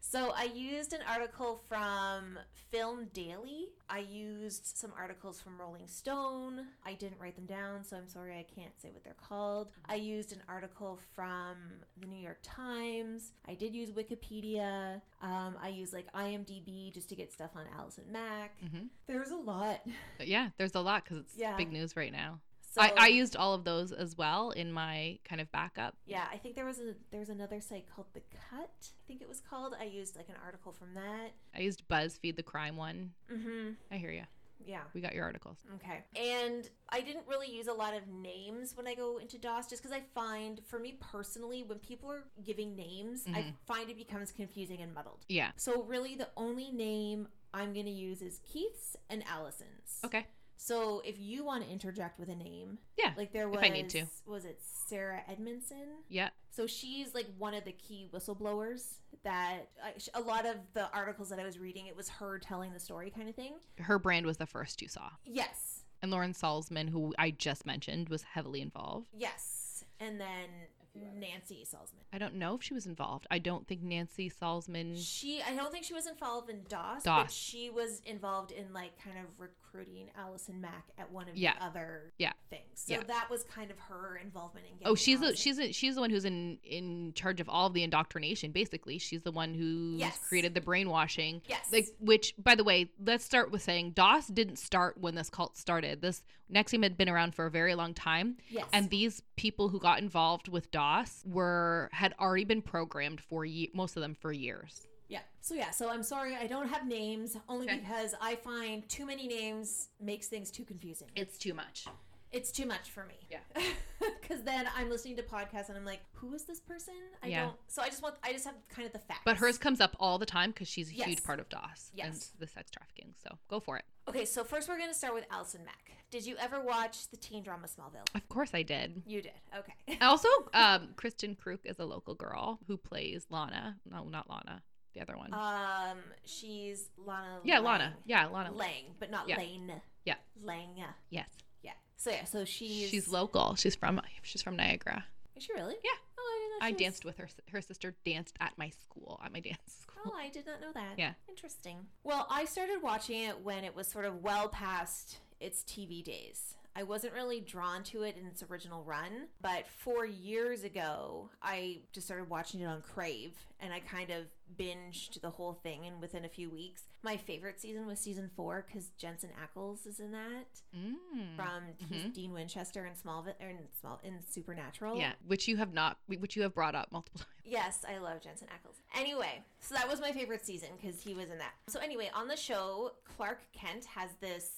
Speaker 4: so I used an article from Film Daily. I used some articles from Rolling Stone. I didn't write them down, so I'm sorry I can't say what they're called. I used an article from the New York Times. I did use Wikipedia. Um, I used like IMDb just to get stuff on Allison Mack.
Speaker 3: hmm
Speaker 4: There's a lot.
Speaker 3: But yeah, there's a lot because it's
Speaker 4: Yeah.
Speaker 3: big news right now.
Speaker 4: So
Speaker 3: I, I used all of those as well in my kind of backup.
Speaker 4: Yeah, I think there was a there was another site called The Cut. I think it was called. I used like an article from that.
Speaker 3: I used BuzzFeed the crime one.
Speaker 4: Mm-hmm.
Speaker 3: I hear you.
Speaker 4: Yeah.
Speaker 3: We got your articles.
Speaker 4: Okay. And I didn't really use a lot of names when I go into DOS, just because I find, for me personally, when people are giving names, I
Speaker 3: Mhm.
Speaker 4: find it becomes confusing and muddled.
Speaker 3: Yeah.
Speaker 4: So really, the only name I'm gonna use is Keith's and Allison's.
Speaker 3: Okay.
Speaker 4: So if you want to interject with a name,
Speaker 3: Yeah,
Speaker 4: like there was,
Speaker 3: if I need to.
Speaker 4: was it Sarah Edmondson?
Speaker 3: Yeah.
Speaker 4: So she's like one of the key whistleblowers that I, sh- a lot of the articles that I was reading, it was her telling the story kind of thing.
Speaker 3: Her brand was the first you saw.
Speaker 4: Yes,
Speaker 3: And Lauren Salzman, who I just mentioned, was heavily involved.
Speaker 4: yes, and then Nancy Salzman.
Speaker 3: I don't know if she was involved. I don't think Nancy Salzman.
Speaker 4: She, I don't think she was involved in DOS, but
Speaker 3: DOS.
Speaker 4: she was involved in like kind of recruiting Allison Mack at one of
Speaker 3: Yeah.
Speaker 4: the other
Speaker 3: Yeah.
Speaker 4: things. So
Speaker 3: Yeah.
Speaker 4: that was kind of her involvement in. Getting
Speaker 3: Oh, she's the
Speaker 4: Allison.
Speaker 3: she's the, she's the one who's in in charge of all of the indoctrination. Basically, she's the one who's
Speaker 4: Yes.
Speaker 3: created the brainwashing.
Speaker 4: Yes.
Speaker 3: Like, which, by the way, let's start with saying DOS didn't start when this cult started. This Nexium had been around for a very long time.
Speaker 4: yes,
Speaker 3: And these people who got involved with DOS were had already been programmed for ye- most of them for years.
Speaker 4: Yeah. So yeah. So I'm sorry I don't have names only
Speaker 3: Okay.
Speaker 4: because I find too many names makes things too confusing.
Speaker 3: It's too much.
Speaker 4: It's too much for me.
Speaker 3: Yeah.
Speaker 4: Because then I'm listening to podcasts and I'm like, who is this person? I
Speaker 3: Yeah.
Speaker 4: don't. So I just want. I just have kind of the facts.
Speaker 3: But hers comes up all the time because she's a
Speaker 4: Yes.
Speaker 3: huge part of DOS
Speaker 4: Yes.
Speaker 3: and the sex trafficking. So go for it.
Speaker 4: Okay. So first we're gonna start with Alison Mack. Did you ever watch the teen drama Smallville?
Speaker 3: Of course, I did.
Speaker 4: You did. Okay.
Speaker 3: Also, um, Kristen Kruk is a local girl who plays Lana. No, not Lana. The other one.
Speaker 4: um, she's Lana.
Speaker 3: yeah,
Speaker 4: Lang.
Speaker 3: Oh, Lana. Yeah, Lana.
Speaker 4: Lang, but not
Speaker 3: Yeah.
Speaker 4: Lane.
Speaker 3: Yeah.
Speaker 4: Lang.
Speaker 3: Yes.
Speaker 4: Yeah. So yeah. So she's.
Speaker 3: She's, local. She's from she's from Niagara.
Speaker 4: Is she really?
Speaker 3: Yeah.
Speaker 4: Oh, I,
Speaker 3: I
Speaker 4: didn't know she was-
Speaker 3: danced with her. Her sister danced at my school. At my dance school.
Speaker 4: Oh, I did not know that.
Speaker 3: Yeah.
Speaker 4: Interesting. Well, I started watching it when it was sort of well past its TV days. I wasn't really drawn to it in its original run, but four years ago, I just started watching it on Crave and I kind of binged the whole thing. And within a few weeks, my favorite season was season four because Jensen Ackles is in that
Speaker 3: Mm.
Speaker 4: from he's
Speaker 3: Mhm.
Speaker 4: Dean Winchester in Smallville, or in, Small, in Supernatural.
Speaker 3: Yeah, which you have not, which you have brought up multiple times.
Speaker 4: Yes, I love Jensen Ackles. Anyway, so that was my favorite season because he was in that. So anyway, on the show, Clark Kent has this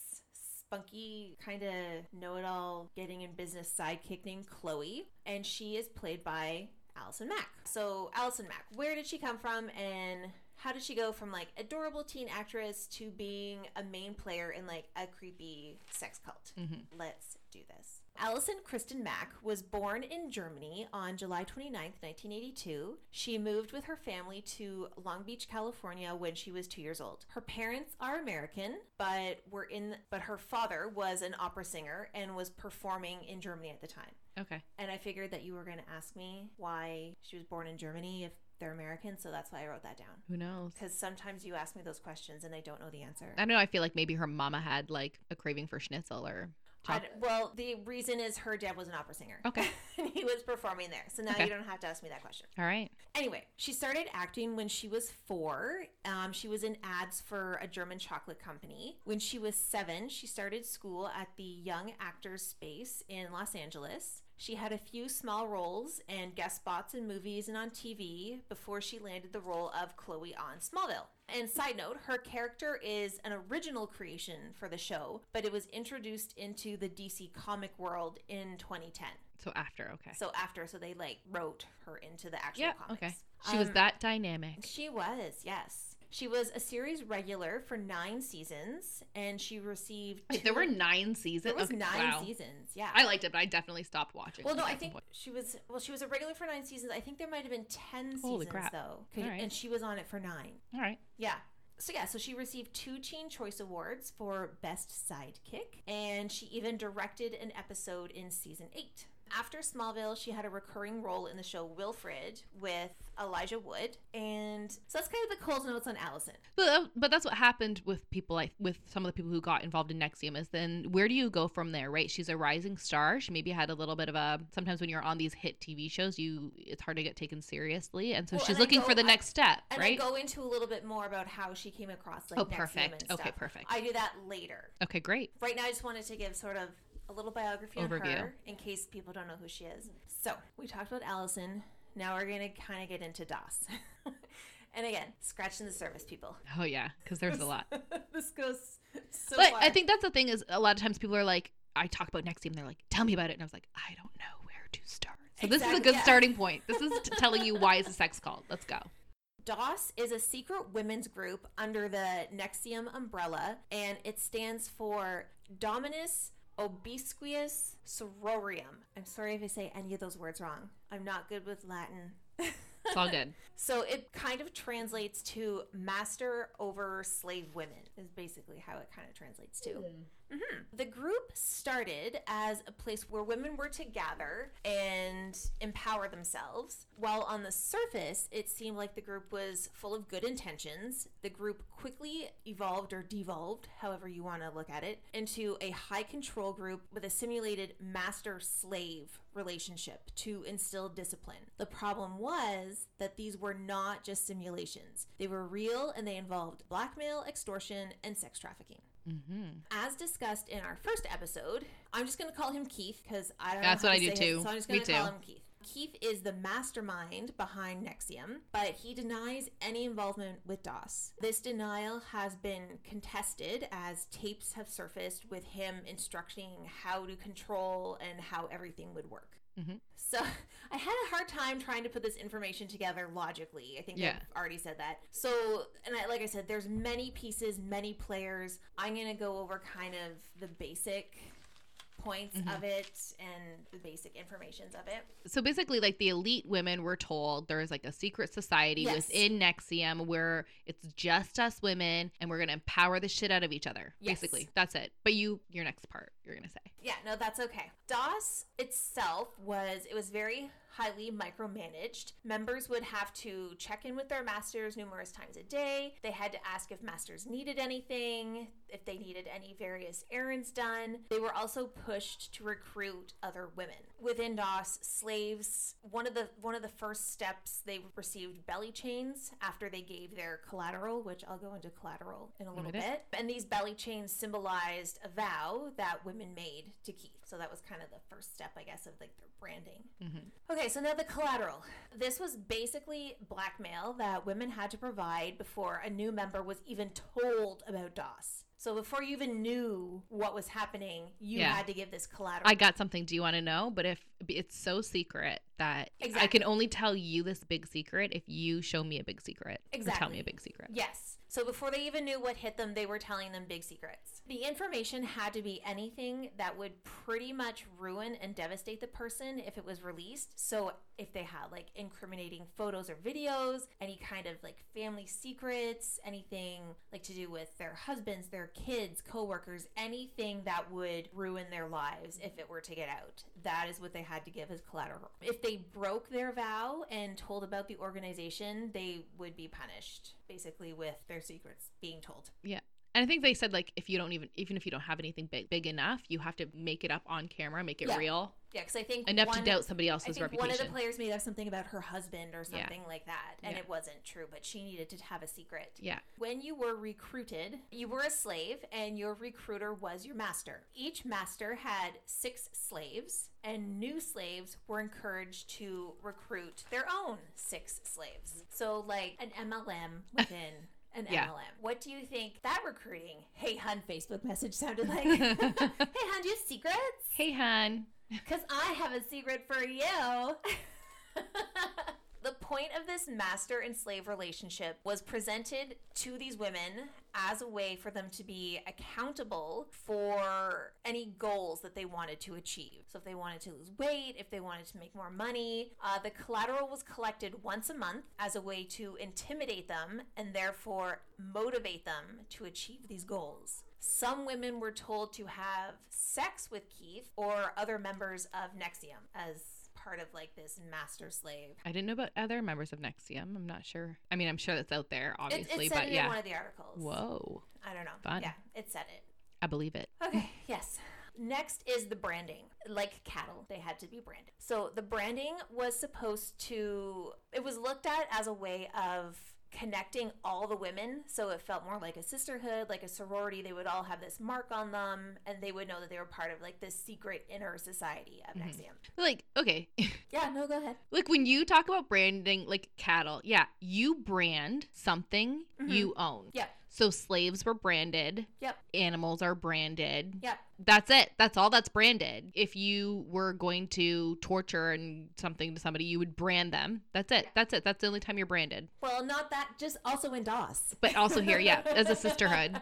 Speaker 4: spunky kind of know-it-all getting in business sidekick named Chloe, and she is played by Allison Mack. So Allison Mack, where did she come from and how did she go from like adorable teen actress to being a main player in like a creepy sex cult? Let's do this. Alison Kristen Mack was born in Germany on July 29, 1982. She moved with her family to Long Beach, California when she was 2 years old. Her parents are American, but were in but her father was an opera singer and was performing in Germany at the time.
Speaker 3: Okay.
Speaker 4: And I figured that you were going to ask me why she was born in Germany if they're American, so that's why I wrote that down.
Speaker 3: Who knows?
Speaker 4: Cuz sometimes you ask me those questions and I don't know the answer.
Speaker 3: I don't know. I feel like maybe her mama had like a craving for schnitzel or.
Speaker 4: I
Speaker 3: chocolate.
Speaker 4: don't- well, the reason is her dad was an opera singer.
Speaker 3: Okay.
Speaker 4: and he was performing there. So now
Speaker 3: Okay.
Speaker 4: you don't have to ask me that question.
Speaker 3: All right.
Speaker 4: Anyway, she started acting when she was four. Um, she was in ads for a German chocolate company. When she was seven, she started school at the Young Actors Space in Los Angeles. She had a few small roles and guest spots in movies and on TV before she landed the role of Chloe on Smallville. And side note, her character is an original creation for the show, but it was introduced into the DC comic world in 2010.
Speaker 3: So after. Okay.
Speaker 4: So after, so they like wrote her into the actual
Speaker 3: yeah.
Speaker 4: comics.
Speaker 3: Okay. She was
Speaker 4: Um,
Speaker 3: that dynamic.
Speaker 4: she was, yes. She was a series regular for nine seasons, and she received.
Speaker 3: Wait, there
Speaker 4: two-
Speaker 3: were nine seasons.
Speaker 4: there was
Speaker 3: Okay,
Speaker 4: nine
Speaker 3: wow.
Speaker 4: seasons. Yeah.
Speaker 3: I liked it, but I definitely stopped watching.
Speaker 4: well, no,
Speaker 3: at
Speaker 4: I
Speaker 3: some
Speaker 4: think
Speaker 3: point.
Speaker 4: she was. Well, she was a regular for nine seasons. I think there might have been ten
Speaker 3: Holy
Speaker 4: seasons
Speaker 3: crap.
Speaker 4: though, 'Cause-
Speaker 3: All right.
Speaker 4: and she was on it for nine.
Speaker 3: All right.
Speaker 4: Yeah. So yeah, so she received two Teen Choice Awards for Best Sidekick, and she even directed an episode in season eight. After Smallville, she had a recurring role in the show Wilfred with Elijah Wood, and so that's kind of the cold notes on Allison.
Speaker 3: But, that- but that's what happened with people like with some of the people who got involved in Nexium is then where do you go from there, right? She's a rising star. She maybe had a little bit of a sometimes when you're on these hit TV shows, you it's hard to get taken seriously, and so
Speaker 4: Well,
Speaker 3: she's
Speaker 4: and I
Speaker 3: looking
Speaker 4: go-
Speaker 3: for the
Speaker 4: I-
Speaker 3: next step,
Speaker 4: And
Speaker 3: right?
Speaker 4: I go into a little bit more about how she came across like
Speaker 3: Oh,
Speaker 4: Nexium
Speaker 3: perfect.
Speaker 4: and
Speaker 3: Okay,
Speaker 4: stuff.
Speaker 3: perfect.
Speaker 4: I do that later.
Speaker 3: okay, great.
Speaker 4: Right now, I just wanted to give sort of a little biography on
Speaker 3: Overview.
Speaker 4: her in case people don't know who she is. So we talked about Allison. Now we're gonna kind of get into DOS. and again, scratching the surface, people.
Speaker 3: Oh yeah, because there's a lot.
Speaker 4: this goes so
Speaker 3: but
Speaker 4: far.
Speaker 3: I think that's the thing is a lot of times people are like, I talk about Nexium, they're like, tell me about it, and I was like, I don't know where to start. So this is a
Speaker 4: Exactly,
Speaker 3: good
Speaker 4: yeah.
Speaker 3: starting point. This is t- telling you why it's a sex cult. Let's go.
Speaker 4: DOS is a secret women's group under the Nexium umbrella, and it stands for Dominus Obsequious Sororium. I'm sorry if I say any of those words wrong. I'm not good with Latin.
Speaker 3: It's all good.
Speaker 4: So it kind of translates to master over slave women, is basically how it kind of translates to. Mhm. The group started as a place where women were to gather and empower themselves. While on the surface, it seemed like the group was full of good intentions, the group quickly evolved or devolved, however you want to look at it, into a high control group with a simulated master slave relationship to instill discipline. The problem was that these were not just simulations, they were real and they involved blackmail, extortion, and sex trafficking. As discussed in our first episode, I'm just going to call him Keith because I don't.
Speaker 3: That's
Speaker 4: know how
Speaker 3: what
Speaker 4: to
Speaker 3: I do
Speaker 4: say his-
Speaker 3: too.
Speaker 4: so I'm just
Speaker 3: Me
Speaker 4: going to call
Speaker 3: too.
Speaker 4: him Keith. Keith is the mastermind behind Nexium, but he denies any involvement with DOS. This denial has been contested as tapes have surfaced with him instructing how to control and how everything would work.
Speaker 3: Mhm.
Speaker 4: So I had a hard time trying to put this information together logically. I think
Speaker 3: Yeah.
Speaker 4: I've already said that. So, and I, like I said, there's many pieces, many players. I'm gonna go over kind of the basic points of it and the basic informations of it.
Speaker 3: So basically, like the elite women were told there's like a secret society
Speaker 4: Yes.
Speaker 3: within Nexium where it's just us women and we're going to empower the shit out of each other.
Speaker 4: Yes.
Speaker 3: Basically, that's it. But you, your next part, you're going to say.
Speaker 4: Yeah, no, that's okay. DOS itself was it was very highly micromanaged. Members would have to check in with their masters numerous times a day. They had to ask if masters needed anything, if they needed any various errands done. They were also pushed to recruit other women. Within DOS, slaves one of the one of the first steps they received belly chains after they gave their collateral, which I'll go into collateral in a little
Speaker 3: minute.
Speaker 4: bit it. And these belly chains symbolized a vow that women made to Keith. So that was kind of the first step, I guess, of like their branding.
Speaker 3: Mm-hmm.
Speaker 4: Okay, so now the collateral. This was basically blackmail that women had to provide before a new member was even told about DOS. So before you even knew what was happening, you
Speaker 3: Yeah.
Speaker 4: had to give this collateral.
Speaker 3: I got something. Do you want to know? But if it's so secret that I
Speaker 4: Exactly.
Speaker 3: can only tell you this big secret if you show me a big secret. and Tell
Speaker 4: Exactly.
Speaker 3: me a big secret.
Speaker 4: Yes. So before they even knew what hit them, they were telling them big secrets. The information had to be anything that would pretty much ruin and devastate the person if it was released. So if they had like incriminating photos or videos, any kind of like family secrets, anything like to do with their husbands, their kids, coworkers, anything that would ruin their lives if it were to get out. That is what they had to give as collateral. If they broke their vow and told about the organization, they would be punished basically with their secrets being told.
Speaker 3: Yeah. And I think they said like if you don't even even if you don't have anything big big enough, you have to make it up on camera, make it
Speaker 4: Yeah.
Speaker 3: real
Speaker 4: Yeah, because I think
Speaker 3: enough to
Speaker 4: one-
Speaker 3: doubt somebody
Speaker 4: I
Speaker 3: else's
Speaker 4: think
Speaker 3: reputation.
Speaker 4: one of the players made up something about her husband or
Speaker 3: Yeah.
Speaker 4: something like that, and
Speaker 3: Yeah.
Speaker 4: it wasn't true, but she needed to have a secret.
Speaker 3: yeah.
Speaker 4: When you were recruited, you were a slave and your recruiter was your master. Each master had six slaves, and new slaves were encouraged to recruit their own six slaves. So, like an MLM within. An
Speaker 3: Yeah.
Speaker 4: MLM. What do you think that recruiting, hey hun, Facebook message sounded like? hey hun, do you have secrets?
Speaker 3: Hey, hun.
Speaker 4: Because I have a secret for you. the point of this master and slave relationship was presented to these women as a way for them to be accountable for any goals that they wanted to achieve. So, if they wanted to lose weight, if they wanted to make more money, uh, the collateral was collected once a month as a way to intimidate them and therefore motivate them to achieve these goals. Some women were told to have sex with Keith or other members of Nexium as part of like this master slave.
Speaker 3: I didn't know about other members of Nexium. I'm not sure. I mean, I'm sure that's out there,
Speaker 4: It,
Speaker 3: obviously,
Speaker 4: it said
Speaker 3: but
Speaker 4: it in one
Speaker 3: yeah.
Speaker 4: of the articles.
Speaker 3: Whoa.
Speaker 4: I don't know.
Speaker 3: Fun.
Speaker 4: Yeah, it said it.
Speaker 3: I believe it.
Speaker 4: Okay, yes. Next is the branding. Like cattle, they had to be branded. So the branding was supposed to, it was looked at as a way of connecting all the women. So it felt more like a sisterhood, like a sorority. They would all have this mark on them and they would know that they were part of like this secret inner society
Speaker 3: Mm-hmm.
Speaker 4: of Nexium.
Speaker 3: Like, okay.
Speaker 4: Yeah, no, go ahead.
Speaker 3: like when you talk about branding like cattle, yeah, you brand something you own.
Speaker 4: Yeah.
Speaker 3: So slaves were branded,
Speaker 4: Mm-hmm. Yep.
Speaker 3: animals are branded.
Speaker 4: Yep.
Speaker 3: That's it. That's all that's branded. If you were going to torture and something to somebody, you would brand them. That's it. That's it. That's the only time you're branded.
Speaker 4: Well, not that. Just also in DOS.
Speaker 3: But also here, yeah, as a sisterhood.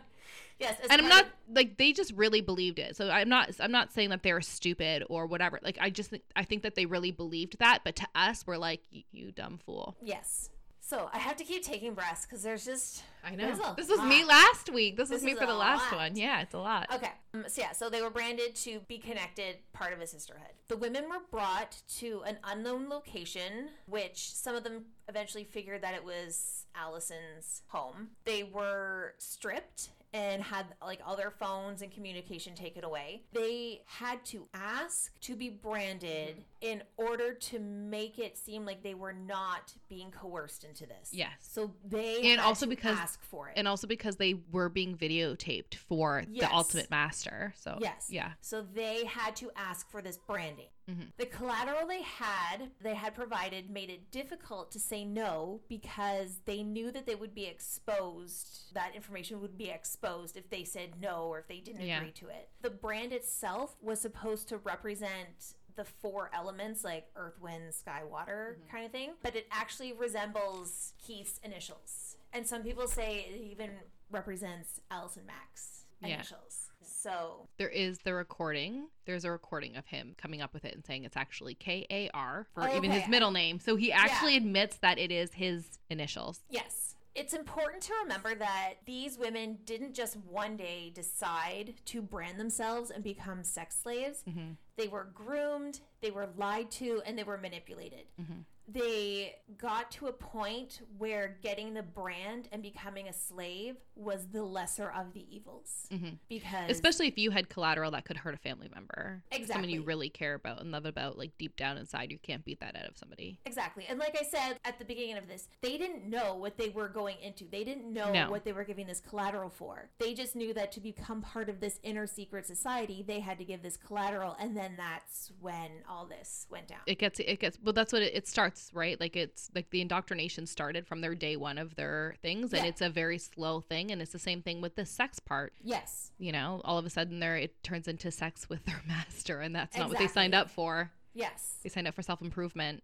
Speaker 4: Yes. as
Speaker 3: and I'm
Speaker 4: part
Speaker 3: not
Speaker 4: of-
Speaker 3: like they just really believed it. So I'm not I'm not saying that they're stupid or whatever. Like I just think I think that they really believed that, but to us we're like "Y- you dumb fool.
Speaker 4: yes. So I have to keep taking breaths because there's just
Speaker 3: I
Speaker 4: know. This is a
Speaker 3: This was me
Speaker 4: lot.
Speaker 3: last week. This, was
Speaker 4: This
Speaker 3: me
Speaker 4: is
Speaker 3: for
Speaker 4: a
Speaker 3: the last
Speaker 4: lot.
Speaker 3: one. Yeah, it's a lot.
Speaker 4: Okay. Um, so yeah, so they were branded to be connected, part of a sisterhood. The women were brought to an unknown location, which some of them eventually figured that it was Allison's home. They were stripped and had like all their phones and communication taken away. They had to ask to be branded
Speaker 3: Mm-hmm.
Speaker 4: in order to make it seem like they were not being coerced into this.
Speaker 3: Yes.
Speaker 4: So they
Speaker 3: And
Speaker 4: had
Speaker 3: also
Speaker 4: to
Speaker 3: because-
Speaker 4: ask for it.
Speaker 3: And also because they were being videotaped for
Speaker 4: Yes.
Speaker 3: the ultimate master. So
Speaker 4: Yes.
Speaker 3: yeah.
Speaker 4: So they had to ask for this branding.
Speaker 3: Mhm.
Speaker 4: The collateral they had, they had provided, made it difficult to say no because they knew that they would be exposed. That information would be exposed if they said no or if they didn't
Speaker 3: Yeah.
Speaker 4: agree to it. The brand itself was supposed to represent the four elements like earth, wind, sky, water
Speaker 3: Mm-hmm.
Speaker 4: kind of thing, but it actually resembles Keith's initials. And some people say it even represents Allison Mack's
Speaker 3: Yeah.
Speaker 4: initials. So
Speaker 3: There is the recording. There's a recording of him coming up with it and saying it's actually K A R for
Speaker 4: Oh,
Speaker 3: even
Speaker 4: okay.
Speaker 3: his middle name. So he actually admits that it is his initials.
Speaker 4: Yes. It's important to remember that these women didn't just one day decide to brand themselves and become sex slaves.
Speaker 3: Mhm.
Speaker 4: They were groomed, they were lied to, and they were manipulated. They got to a point where getting the brand and becoming a slave was the lesser of the evils.
Speaker 3: Mhm.
Speaker 4: Because
Speaker 3: Especially if you had collateral that could hurt a family member. Someone
Speaker 4: Exactly.
Speaker 3: you really care about and love about, like deep down inside, you can't beat that out of somebody.
Speaker 4: Exactly. And like I said at the beginning of this, they didn't know what they were going into. They didn't know
Speaker 3: No.
Speaker 4: what they were giving this collateral for. They just knew that to become part of this inner secret society, they had to give this collateral. And then that's when all this went down.
Speaker 3: It gets, it gets, well, that's what it, it starts, right? Like it's like the indoctrination started from their day one of their things. And
Speaker 4: Yeah.
Speaker 3: it's a very slow thing. And it's the same thing with the sex part.
Speaker 4: yes.
Speaker 3: You know, all of a sudden there, it turns into sex with their master. And that's not what they signed
Speaker 4: Exactly.
Speaker 3: up for.
Speaker 4: Yes.
Speaker 3: They signed up for self improvement.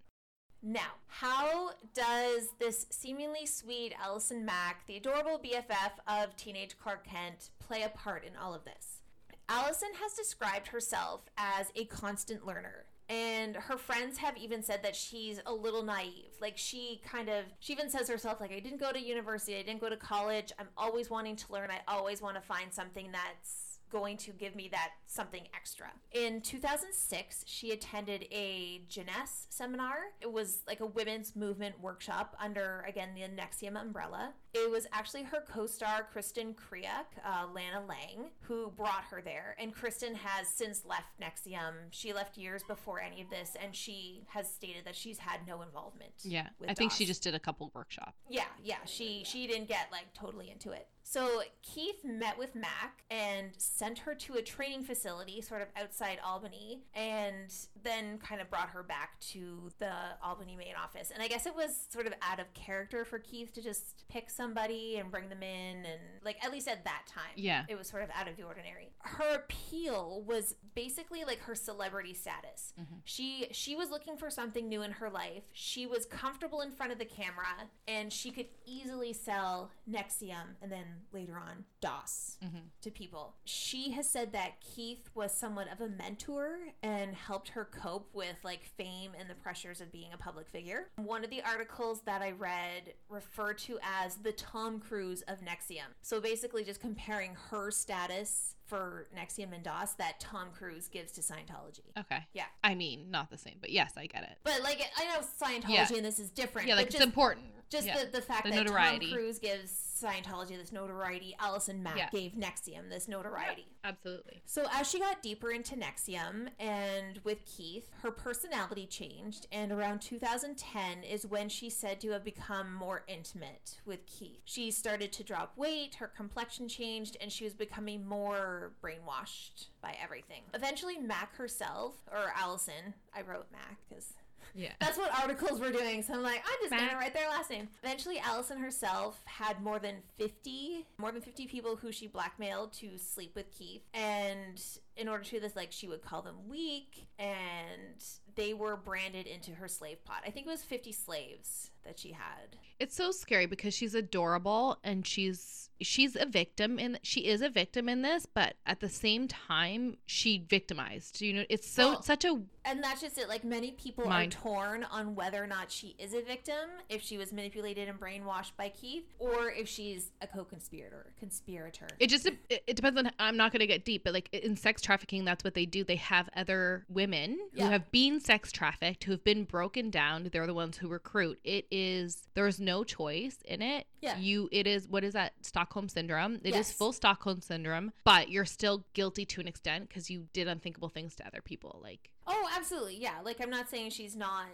Speaker 4: Now, how does this seemingly sweet Allison Mack, the adorable BFF of teenage Clark Kent, play a part in all of this? Allison has described herself as a constant learner. And her friends have even said that she's a little naive. Like she kind of, she even says herself, like, I didn't go to university, I didn't go to college. I'm always wanting to learn. I always want to find something that's going to give me that something extra. In 2006, she attended a Jeunesse seminar. It was like a women's movement workshop under, again, the Nexium umbrella. It was actually her co star, Kristen Kriak, uh, Lana Lang, who brought her there. And Kristen has since left Nexium. She left years before any of this, and she has stated that she's had no involvement.
Speaker 3: Yeah.
Speaker 4: with
Speaker 3: I think she
Speaker 4: DOS.
Speaker 3: just did a couple workshops.
Speaker 4: Yeah, yeah. She she didn't get like totally into it. So Keith met with Mac and sent her to a training facility sort of outside Albany and then kind of brought her back to the Albany main office. And I guess it was sort of out of character for Keith to just pick somebody and bring them in and like at least at that time.
Speaker 3: Yeah.
Speaker 4: It was sort of out of the ordinary. Her appeal was basically like her celebrity status. She she was looking for something new in her life. She was comfortable in front of the camera, and she could easily sell Nexium and then later on DOS to people. She has said that Keith was somewhat of a mentor and helped her cope with like fame and the pressures of being a public figure. One of the articles that I read referred to as the Tom Cruise of Nexium. So basically just comparing her status for Nexium and DOS that Tom Cruise gives to Scientology.
Speaker 3: Okay.
Speaker 4: Yeah.
Speaker 3: I mean, not the same, but yes, I get it.
Speaker 4: But like I know Scientology
Speaker 3: Yeah.
Speaker 4: and this is different.
Speaker 3: Yeah, like
Speaker 4: but
Speaker 3: it's important.
Speaker 4: just
Speaker 3: yeah.
Speaker 4: the, the fact
Speaker 3: The
Speaker 4: that
Speaker 3: notoriety.
Speaker 4: Tom Cruise gives Scientology this notoriety, Allison Mack
Speaker 3: Yeah.
Speaker 4: gave Nexium this notoriety.
Speaker 3: Absolutely.
Speaker 4: So as she got deeper into Nexium and with Keith, her personality changed and around 2010 is when she's said to have become more intimate with Keith. She started to drop weight, her complexion changed, and she was becoming more brainwashed by everything. Eventually Mac herself or Allison, I wrote Mac cuz
Speaker 3: Yeah.
Speaker 4: That's what articles were doing. So I'm like, I'm just gonna write their last name. Eventually, Allison herself had more than 50, more than 50 people who she blackmailed to sleep with Keith. And in order to do this, like she would call them weak, and they were branded into her slave pot. I think it was 50 slaves that she had.
Speaker 3: It's so scary because she's adorable and she's she's a victim and she is a victim in this, but at the same time she victimized. You know, it's so
Speaker 4: Well,
Speaker 3: such a
Speaker 4: And that's just it. Like many people
Speaker 3: Mind.
Speaker 4: are torn on whether or not she is a victim, if she was manipulated and brainwashed by Keith, or if she's a co-conspirator, conspirator.
Speaker 3: it just it, it depends on I'm not going to get deep, but like in sex trafficking that's what they do. They have other women
Speaker 4: Yeah.
Speaker 3: who have been sex trafficked, who have been broken down, they're the ones who recruit. It is there's no choice in it.
Speaker 4: Yeah.
Speaker 3: You it is what is that Stockholm syndrome? It is
Speaker 4: Yes.
Speaker 3: full Stockholm syndrome, but you're still guilty to an extent cuz you did unthinkable things to other people like
Speaker 4: oh, absolutely, yeah. Like I'm not saying she's not,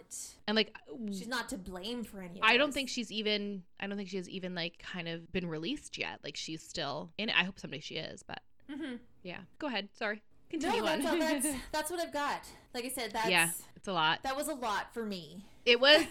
Speaker 3: and like
Speaker 4: she's not to blame for any. Of
Speaker 3: I don't
Speaker 4: this.
Speaker 3: think she's even. I don't think she has even like kind of been released yet. Like she's still in. It. I hope someday she is. But
Speaker 4: Mhm.
Speaker 3: yeah, go ahead. Sorry. Continue
Speaker 4: No, that's, all,
Speaker 3: on.
Speaker 4: that's that's what I've got. Like I said, that's
Speaker 3: yeah, it's a lot.
Speaker 4: that was a lot for me.
Speaker 3: It was.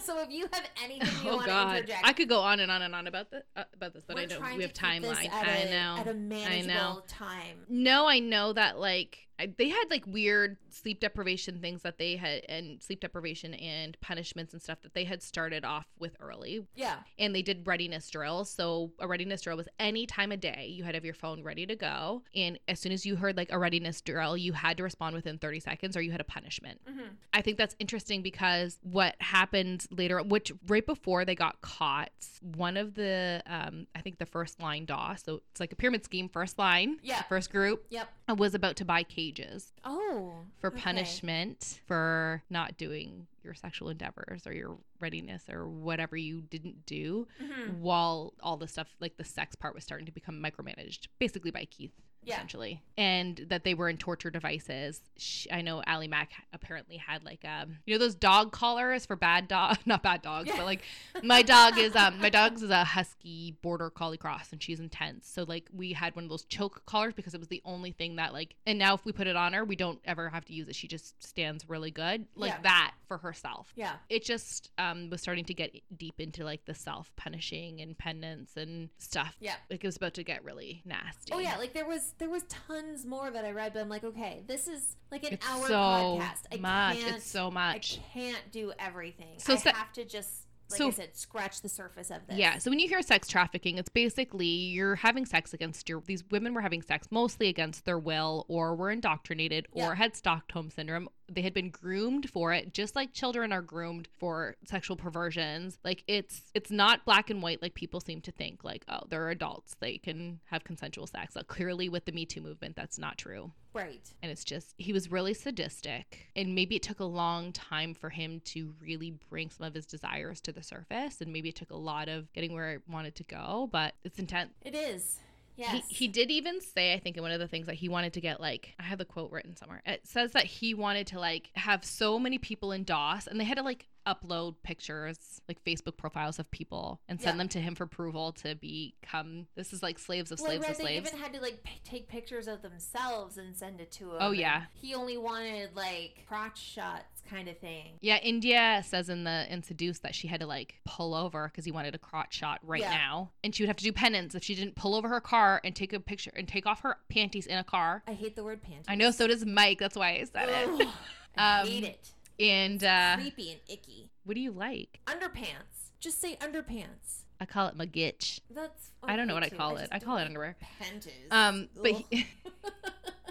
Speaker 4: so if you have anything you
Speaker 3: Oh
Speaker 4: want to
Speaker 3: God,
Speaker 4: interject,
Speaker 3: I could go on and on and on about the, uh, about this, but I
Speaker 4: we're
Speaker 3: know
Speaker 4: trying
Speaker 3: we
Speaker 4: to
Speaker 3: have
Speaker 4: keep this
Speaker 3: timeline.
Speaker 4: at
Speaker 3: I
Speaker 4: a-
Speaker 3: know.
Speaker 4: at a manageable
Speaker 3: know.
Speaker 4: time.
Speaker 3: No, I know that like I, they had like weird sleep deprivation things that they had and sleep deprivation and punishments and stuff that they had started off with early
Speaker 4: Yeah,
Speaker 3: and they did readiness drills. So a readiness drill was any time of day you had to have your phone ready to go, and as soon as you heard like a readiness drill, you had to respond within 30 seconds or you had a punishment.
Speaker 4: hmm
Speaker 3: I think that's interesting because what happened later, which right before they got caught, one of the um, I think the first line DAW, so it's like a pyramid scheme, first line,
Speaker 4: Yeah.
Speaker 3: first group
Speaker 4: yep.
Speaker 3: uh, was about to buy cages
Speaker 4: Oh,
Speaker 3: for
Speaker 4: okay.
Speaker 3: punishment for not doing your sexual endeavors or your readiness or whatever you didn't do
Speaker 4: Mhm.
Speaker 3: while all the stuff like the sex part was starting to become micromanaged basically by keith
Speaker 4: Yeah.
Speaker 3: essentially and that they were in torture devices she, i know ali mack apparently had like um you know those dog collars for bad dog not bad dogs
Speaker 4: Yeah.
Speaker 3: but like my dog is um my dog's is a husky border collie cross and she's intense. So like we had one of those choke collars because it was the only thing that like and now if we put it on her, we don't ever have to use it. She just stands really good like
Speaker 4: Yeah.
Speaker 3: that for herself.
Speaker 4: Yeah.
Speaker 3: It just um was starting to get deep into like the self punishing and penance and stuff.
Speaker 4: Yeah.
Speaker 3: Like it was about to get really nasty.
Speaker 4: Oh yeah, like there was there was tons more that I read, but I'm like, okay, this is like an
Speaker 3: it's
Speaker 4: hour
Speaker 3: so
Speaker 4: podcast. I
Speaker 3: much.
Speaker 4: Can't,
Speaker 3: It's so
Speaker 4: I
Speaker 3: much.
Speaker 4: can't do everything.
Speaker 3: So
Speaker 4: I
Speaker 3: se-
Speaker 4: have to just like
Speaker 3: so-
Speaker 4: I said, scratch the surface of this.
Speaker 3: Yeah. So when you hear sex trafficking, it's basically you're having sex against your, these women were having sex mostly against their will or were indoctrinated
Speaker 4: Yeah.
Speaker 3: or had Stockholm syndrome. They had been groomed for it, just like children are groomed for sexual perversions. Like it's, it's not black and white like people seem to think like, oh, they're adults. They can have consensual sex. Like clearly with the Me Too movement, that's not true
Speaker 4: Right.
Speaker 3: and it's just he was really sadistic and maybe it took a long time for him to really bring some of his desires to the surface and maybe it took a lot of getting where I wanted to go but it's intense
Speaker 4: It is. Yes.
Speaker 3: he, he did even say i think in one of the things that he wanted to get like i have the quote written somewhere it says that he wanted to like have so many people in dos and they had to like upload pictures like facebook profiles of people and send
Speaker 4: Yeah.
Speaker 3: them to him for approval to become this is like slaves of
Speaker 4: well, I
Speaker 3: slaves
Speaker 4: read
Speaker 3: of
Speaker 4: they
Speaker 3: slaves
Speaker 4: even had to like p- take pictures of themselves and send it to him.
Speaker 3: Oh, yeah.
Speaker 4: He only wanted like crotch shots kind of thing.
Speaker 3: Yeah, India says in the in Seduce that she had to like pull over because he wanted a crotch shot right
Speaker 4: Yeah.
Speaker 3: now, and she would have to do penance if she didn't pull over her car and take a picture and take off her panties in a car.
Speaker 4: I hate the word panties.
Speaker 3: I know, so does Mike. That's why I said it.
Speaker 4: Ugh, I
Speaker 3: Um,
Speaker 4: hate it.
Speaker 3: And uh,
Speaker 4: Creepy and icky.
Speaker 3: what do you like?
Speaker 4: Underpants. Just say underpants.
Speaker 3: I call it magitch.
Speaker 4: That's
Speaker 3: I don't know what
Speaker 4: okay,
Speaker 3: I
Speaker 4: Oh, too.
Speaker 3: call it.
Speaker 4: just
Speaker 3: I
Speaker 4: don't
Speaker 3: call it
Speaker 4: like
Speaker 3: underwear.
Speaker 4: Panties.
Speaker 3: Um, but
Speaker 4: Ugh.
Speaker 3: he,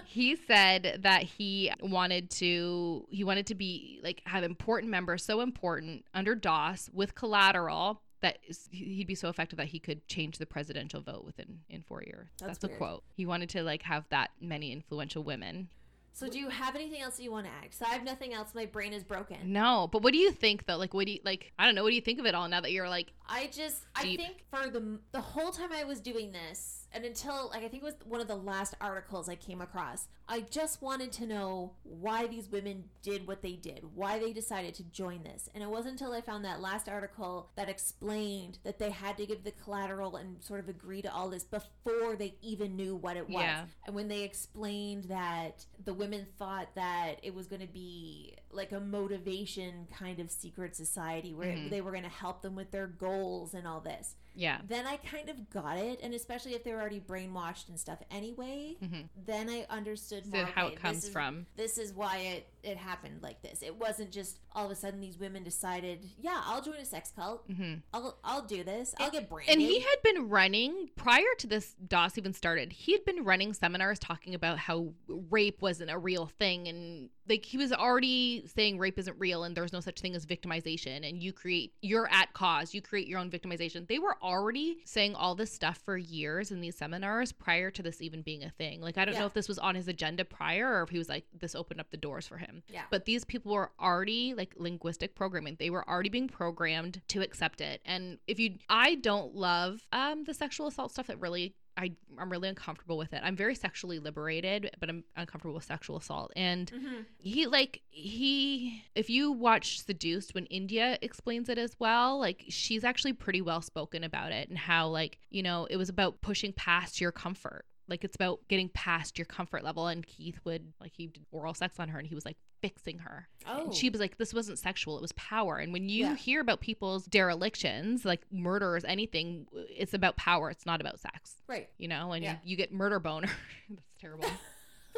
Speaker 3: he said that he wanted to he wanted to be like have important members so important under DOS with collateral that is- he'd be so effective that he could change the presidential vote within in four years.
Speaker 4: That's
Speaker 3: That's, the
Speaker 4: weird.
Speaker 3: quote. He wanted to like have that many influential women.
Speaker 4: so do you have anything else that you want to add? So I have nothing else. My brain is broken.
Speaker 3: No, but what do you think though? Like what do you like? I don't know. What do you think of it all now that you're like
Speaker 4: I just
Speaker 3: Deep.
Speaker 4: I think for the the whole time I was doing this and until like I think it was one of the last articles I came across, I just wanted to know why these women did what they did, why they decided to join this. And it wasn't until I found that last article that explained that they had to give the collateral and sort of agree to all this before they even knew what it was.
Speaker 3: Yeah.
Speaker 4: And when they explained that the women thought that it was going to be like a motivation kind of secret society where
Speaker 3: Mhm.
Speaker 4: they were going to help them with their goals and all this.
Speaker 3: Yeah.
Speaker 4: Then I kind of got it, and especially if they were already brainwashed and stuff anyway,
Speaker 3: Mhm.
Speaker 4: then I understood
Speaker 3: So
Speaker 4: more
Speaker 3: how
Speaker 4: okay,
Speaker 3: it
Speaker 4: this
Speaker 3: comes
Speaker 4: is-
Speaker 3: from.
Speaker 4: This is why it it happened like this. It wasn't just all of a sudden these women decided, yeah, I'll join a sex cult.
Speaker 3: hmm
Speaker 4: I'll I'll do this. I'll get branded.
Speaker 3: And he had been running prior to this DOS even started. He had been running seminars talking about how rape wasn't a real thing. And like he was already saying rape isn't real and there's no such thing as victimization. And you create, you're at cause, you create your own victimization. They were already saying all this stuff for years in these seminars prior to this even being a thing. Like I don't
Speaker 4: Yeah.
Speaker 3: know if this was on his agenda prior or if he was like, this opened up the doors for him.
Speaker 4: yeah.
Speaker 3: But these people were already like linguistic programming. They were already being programmed to accept it. And if you, I don't love um, the sexual assault stuff that really. I, I'm really uncomfortable with it. I'm very sexually liberated, but I'm uncomfortable with sexual assault. And
Speaker 4: Mhm.
Speaker 3: he, like, he, if you watch Seduced when India explains it as well, like, she's actually pretty well spoken about it and how, like, you know, it was about pushing past your comfort. Like, it's about getting past your comfort level. And Keith would, like, he did oral sex on her and he was, like, fixing her.
Speaker 4: Oh,
Speaker 3: And she was like, this wasn't sexual, it was power. And when you
Speaker 4: Yeah.
Speaker 3: hear about people's derelictions, like murders, anything, it's about power, it's not about sex,
Speaker 4: right.
Speaker 3: you know? And
Speaker 4: Yeah.
Speaker 3: you, you get murder boner. That's terrible.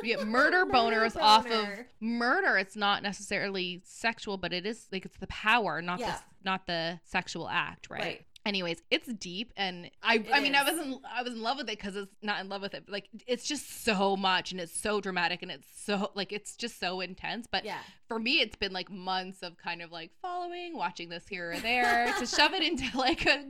Speaker 3: You get murder boners off of
Speaker 4: boner.
Speaker 3: murder. It's not necessarily sexual, but it is like it's the power, not the
Speaker 4: Yeah.
Speaker 3: not the sexual act, right?
Speaker 4: Right.
Speaker 3: Anyways, it's deep, and I I mean I
Speaker 4: is.
Speaker 3: wasn't I was in love with it because it's not in love with it. But like it's just so much, and it's so dramatic, and it's so like it's just so intense. But
Speaker 4: Yeah.
Speaker 3: for me it's been like months of kind of like following watching this here or there to shove it into like a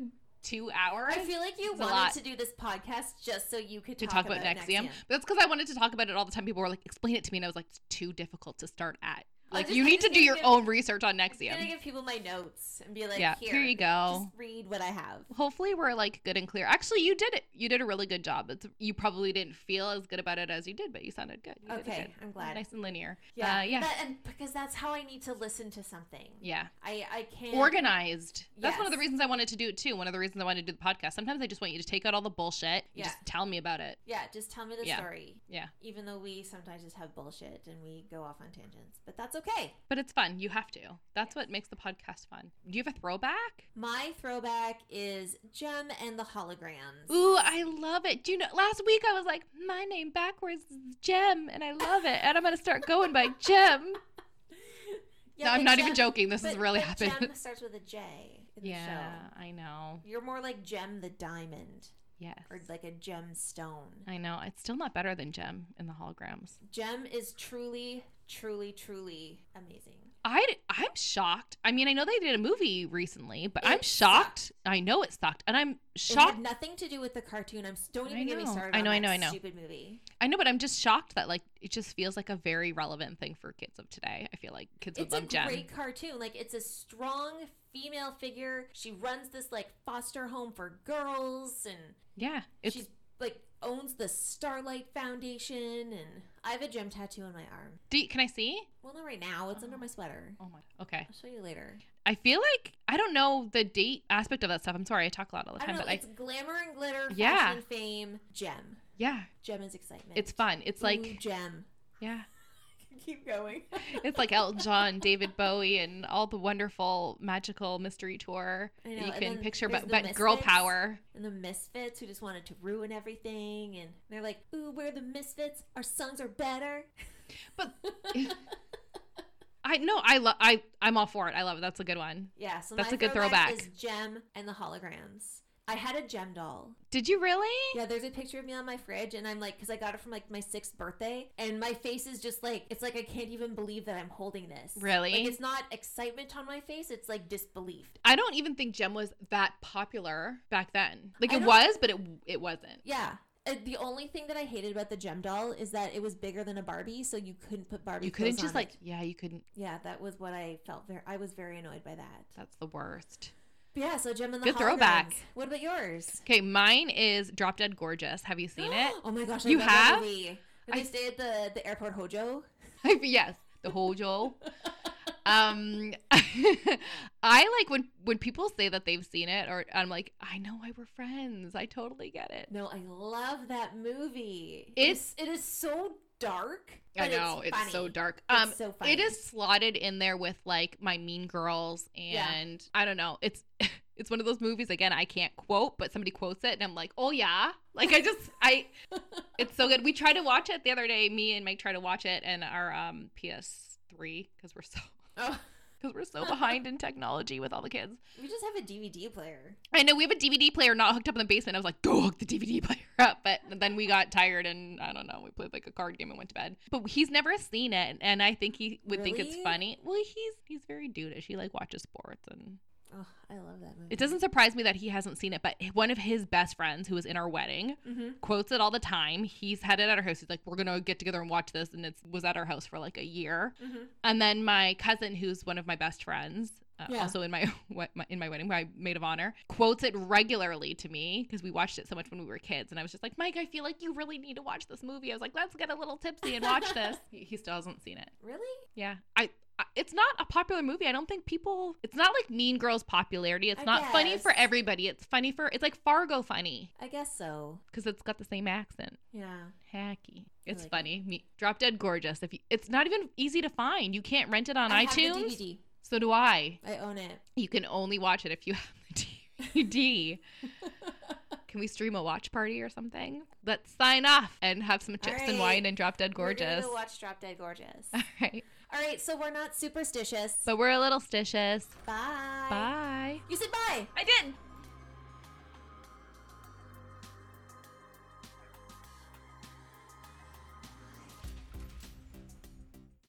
Speaker 3: two hours
Speaker 4: I feel like you
Speaker 3: It's a lot.
Speaker 4: wanted to do this podcast just so you could
Speaker 3: to
Speaker 4: talk,
Speaker 3: talk about,
Speaker 4: Nexium.
Speaker 3: Nexium. But that's because I wanted to talk about it all the time. People were like, explain it to me. And I was like, it's too difficult to start at.
Speaker 4: I
Speaker 3: Like,
Speaker 4: just-
Speaker 3: you
Speaker 4: I
Speaker 3: need
Speaker 4: just
Speaker 3: to do
Speaker 4: gave
Speaker 3: your
Speaker 4: him-
Speaker 3: own research on
Speaker 4: I'm gonna
Speaker 3: Nexium.
Speaker 4: give people my notes and be like,
Speaker 3: yeah,
Speaker 4: here,
Speaker 3: here, you go.
Speaker 4: Just read what I have.
Speaker 3: Hopefully, we're like good and clear. Actually, you did it. You did a really good job. It's, you probably didn't feel as good about it as you did, but you sounded good. You did it
Speaker 4: Okay,
Speaker 3: good.
Speaker 4: I'm glad.
Speaker 3: Nice and linear.
Speaker 4: Yeah,
Speaker 3: Uh, yeah.
Speaker 4: That- and because that's how I need to listen to something.
Speaker 3: yeah.
Speaker 4: I I can't
Speaker 3: organized. That's one of the
Speaker 4: Yes.
Speaker 3: reasons I wanted to do it too. One of the reasons I wanted to do the podcast. Sometimes I just want you to take out all the bullshit. You
Speaker 4: Yeah.
Speaker 3: just tell me about it.
Speaker 4: Yeah, just tell me the
Speaker 3: Yeah.
Speaker 4: story.
Speaker 3: Yeah.
Speaker 4: Even though we sometimes just have bullshit and we go off on tangents, but that's okay.
Speaker 3: But it's fun. You have to. That's what makes the podcast fun. Do you have a throwback?
Speaker 4: My throwback is Gem and the Holograms.
Speaker 3: Ooh, I love it. Do you know? Last week I was like, my name backwards is Gem, and I love it. And I'm gonna start going by Gem.
Speaker 4: Yeah, but
Speaker 3: no, I'm not even
Speaker 4: Gem-
Speaker 3: joking. This has
Speaker 4: but-
Speaker 3: really
Speaker 4: but
Speaker 3: happened.
Speaker 4: Gem starts with a J in
Speaker 3: yeah,
Speaker 4: the show.
Speaker 3: I know.
Speaker 4: You're more like Gem the diamond
Speaker 3: Yes.
Speaker 4: or like a gemstone.
Speaker 3: I know. It's still not better than Gem in the holograms.
Speaker 4: Gem is truly, truly, truly amazing.
Speaker 3: I I'm shocked. I mean, I know they did a movie recently, but
Speaker 4: It
Speaker 3: I'm shocked. I know it sucked, and I'm
Speaker 4: It had
Speaker 3: shocked.
Speaker 4: nothing to do with the cartoon. I'm s- don't
Speaker 3: I
Speaker 4: even get me
Speaker 3: know.
Speaker 4: started.
Speaker 3: I
Speaker 4: on
Speaker 3: know, I
Speaker 4: that
Speaker 3: know, I know.
Speaker 4: Stupid movie.
Speaker 3: I know, but I'm just shocked that like it just feels like a very relevant thing for kids of today. I feel like kids would
Speaker 4: It's a
Speaker 3: love Gem.
Speaker 4: great cartoon. Like it's a strong female figure. She runs this like foster home for girls, and
Speaker 3: yeah, it's
Speaker 4: she's like owns the Starlight Foundation. And I have a gem tattoo on my arm.
Speaker 3: do you- can I see?
Speaker 4: Well, not right now. It's under my sweater.
Speaker 3: Oh my. Okay.
Speaker 4: I'll show you later.
Speaker 3: I feel like I don't know the date aspect of that stuff. I'm sorry, I talk a lot all the
Speaker 4: I
Speaker 3: time,
Speaker 4: don't know.
Speaker 3: but I
Speaker 4: It's glamour and glitter, fashion
Speaker 3: Yeah.
Speaker 4: and fame, gem.
Speaker 3: yeah,
Speaker 4: Gem is excitement.
Speaker 3: it's fun. It's
Speaker 4: Ooh,
Speaker 3: like
Speaker 4: gem.
Speaker 3: yeah,
Speaker 4: Keep going.
Speaker 3: it's like Elton John, David Bowie, and all the wonderful magical mystery tour
Speaker 4: I
Speaker 3: that
Speaker 4: know,
Speaker 3: you
Speaker 4: and
Speaker 3: can
Speaker 4: then
Speaker 3: picture,
Speaker 4: there's
Speaker 3: but
Speaker 4: the
Speaker 3: but girl
Speaker 4: Misfits.
Speaker 3: power.
Speaker 4: and the misfits who just wanted to ruin everything and they're like ooh we're the misfits our songs are better
Speaker 3: But- I no, I love. I I'm all for it. I love it. That's a good one.
Speaker 4: yeah so
Speaker 3: That's
Speaker 4: my
Speaker 3: a good
Speaker 4: is gem and the holograms i had a gem doll
Speaker 3: Did you really?
Speaker 4: yeah there's a picture of me on my fridge and i'm like because i got it from like my sixth birthday and my face is just like it's like i can't even believe that i'm holding this
Speaker 3: Really?
Speaker 4: like it's not excitement on my face it's like disbelief
Speaker 3: I don't even think Gem was that popular back then. Like
Speaker 4: I
Speaker 3: it
Speaker 4: don't-
Speaker 3: was, but it it wasn't.
Speaker 4: yeah Uh, the only thing that I hated about the gem doll is that it was bigger than a Barbie, so you couldn't put Barbie.
Speaker 3: You couldn't
Speaker 4: clothes
Speaker 3: just
Speaker 4: on
Speaker 3: like
Speaker 4: it.
Speaker 3: yeah, you couldn't.
Speaker 4: Yeah, that was what I felt. Very, I was very annoyed by that.
Speaker 3: That's the worst.
Speaker 4: But yeah, so Gem and the
Speaker 3: Good throwback.
Speaker 4: Holograms. What about yours?
Speaker 3: Okay, mine is Drop Dead Gorgeous. Have you seen it?
Speaker 4: Oh my gosh, I
Speaker 3: You
Speaker 4: love that
Speaker 3: have?
Speaker 4: movie. When
Speaker 3: I-
Speaker 4: they stay at the the airport Hojo.
Speaker 3: I've- yes, the whole Joel. Um, I like when when people say that they've seen it, or I'm like, I know why we're friends. I totally get it.
Speaker 4: No, I love that movie.
Speaker 3: It's-
Speaker 4: it is so dark.
Speaker 3: I
Speaker 4: but
Speaker 3: know it's,
Speaker 4: funny.
Speaker 3: so dark.
Speaker 4: It's
Speaker 3: Um,
Speaker 4: so funny.
Speaker 3: it is slotted in there with like my Mean Girls,
Speaker 4: Yeah.
Speaker 3: and I don't know. It's it's one of those movies again. I can't quote, but somebody quotes it, and I'm like, oh yeah. Like I just I, it's so good. We tried to watch it the other day. Me and Mike tried to watch it, and our um PS3 because we're so
Speaker 4: Oh,
Speaker 3: because we're so behind in technology with all the kids.
Speaker 4: we just have a DVD player.
Speaker 3: I know we have a DVD player not hooked up in the basement. I was like, go hook the DVD player up. But then we got tired and I don't know, we played like a card game and went to bed. But he's never seen it. And I think he would think it's
Speaker 4: Really?
Speaker 3: funny. Well, he's he's very dudeish. He like watches sports and
Speaker 4: Oh, I love that movie.
Speaker 3: it doesn't surprise me that he hasn't seen it. But one of his best friends who was in our wedding
Speaker 4: Mm-hmm.
Speaker 3: quotes it all the time. He's had it at our house. He's like, we're going to get together and watch this. And it was at our house for like a year.
Speaker 4: Mm-hmm.
Speaker 3: And then my cousin, who's one of my best friends, uh,
Speaker 4: Yeah.
Speaker 3: also in my, we- my in my wedding, my maid of honor, quotes it regularly to me because we watched it so much when we were kids. And I was just like, Mike, I feel like you really need to watch this movie. I was like, let's get a little tipsy and watch this. he, he still hasn't seen it.
Speaker 4: Really?
Speaker 3: Yeah, I. I- It's not a popular movie. I don't think people. It's not like Mean Girls popularity. It's
Speaker 4: I
Speaker 3: not funny for
Speaker 4: guess.
Speaker 3: everybody. It's funny for. It's like Fargo funny
Speaker 4: I guess so.
Speaker 3: because it's got the same accent.
Speaker 4: Yeah.
Speaker 3: Hacky.
Speaker 4: I
Speaker 3: It's
Speaker 4: like it.
Speaker 3: funny. Me, Drop Dead Gorgeous. If you, it's not even easy to find. You can't rent it on
Speaker 4: I have the
Speaker 3: iTunes.
Speaker 4: DVD.
Speaker 3: So do I.
Speaker 4: I own it.
Speaker 3: You can only watch it if you have the DVD. can we stream a watch party or something? Let's sign off and have some chips and
Speaker 4: right.
Speaker 3: wine and drop dead
Speaker 4: We're gonna
Speaker 3: gorgeous.
Speaker 4: go watch Drop Dead Gorgeous.
Speaker 3: All right.
Speaker 4: All right, so we're not superstitious.
Speaker 3: But we're a little stitious.
Speaker 4: Bye.
Speaker 3: Bye.
Speaker 4: You said bye.
Speaker 3: I did.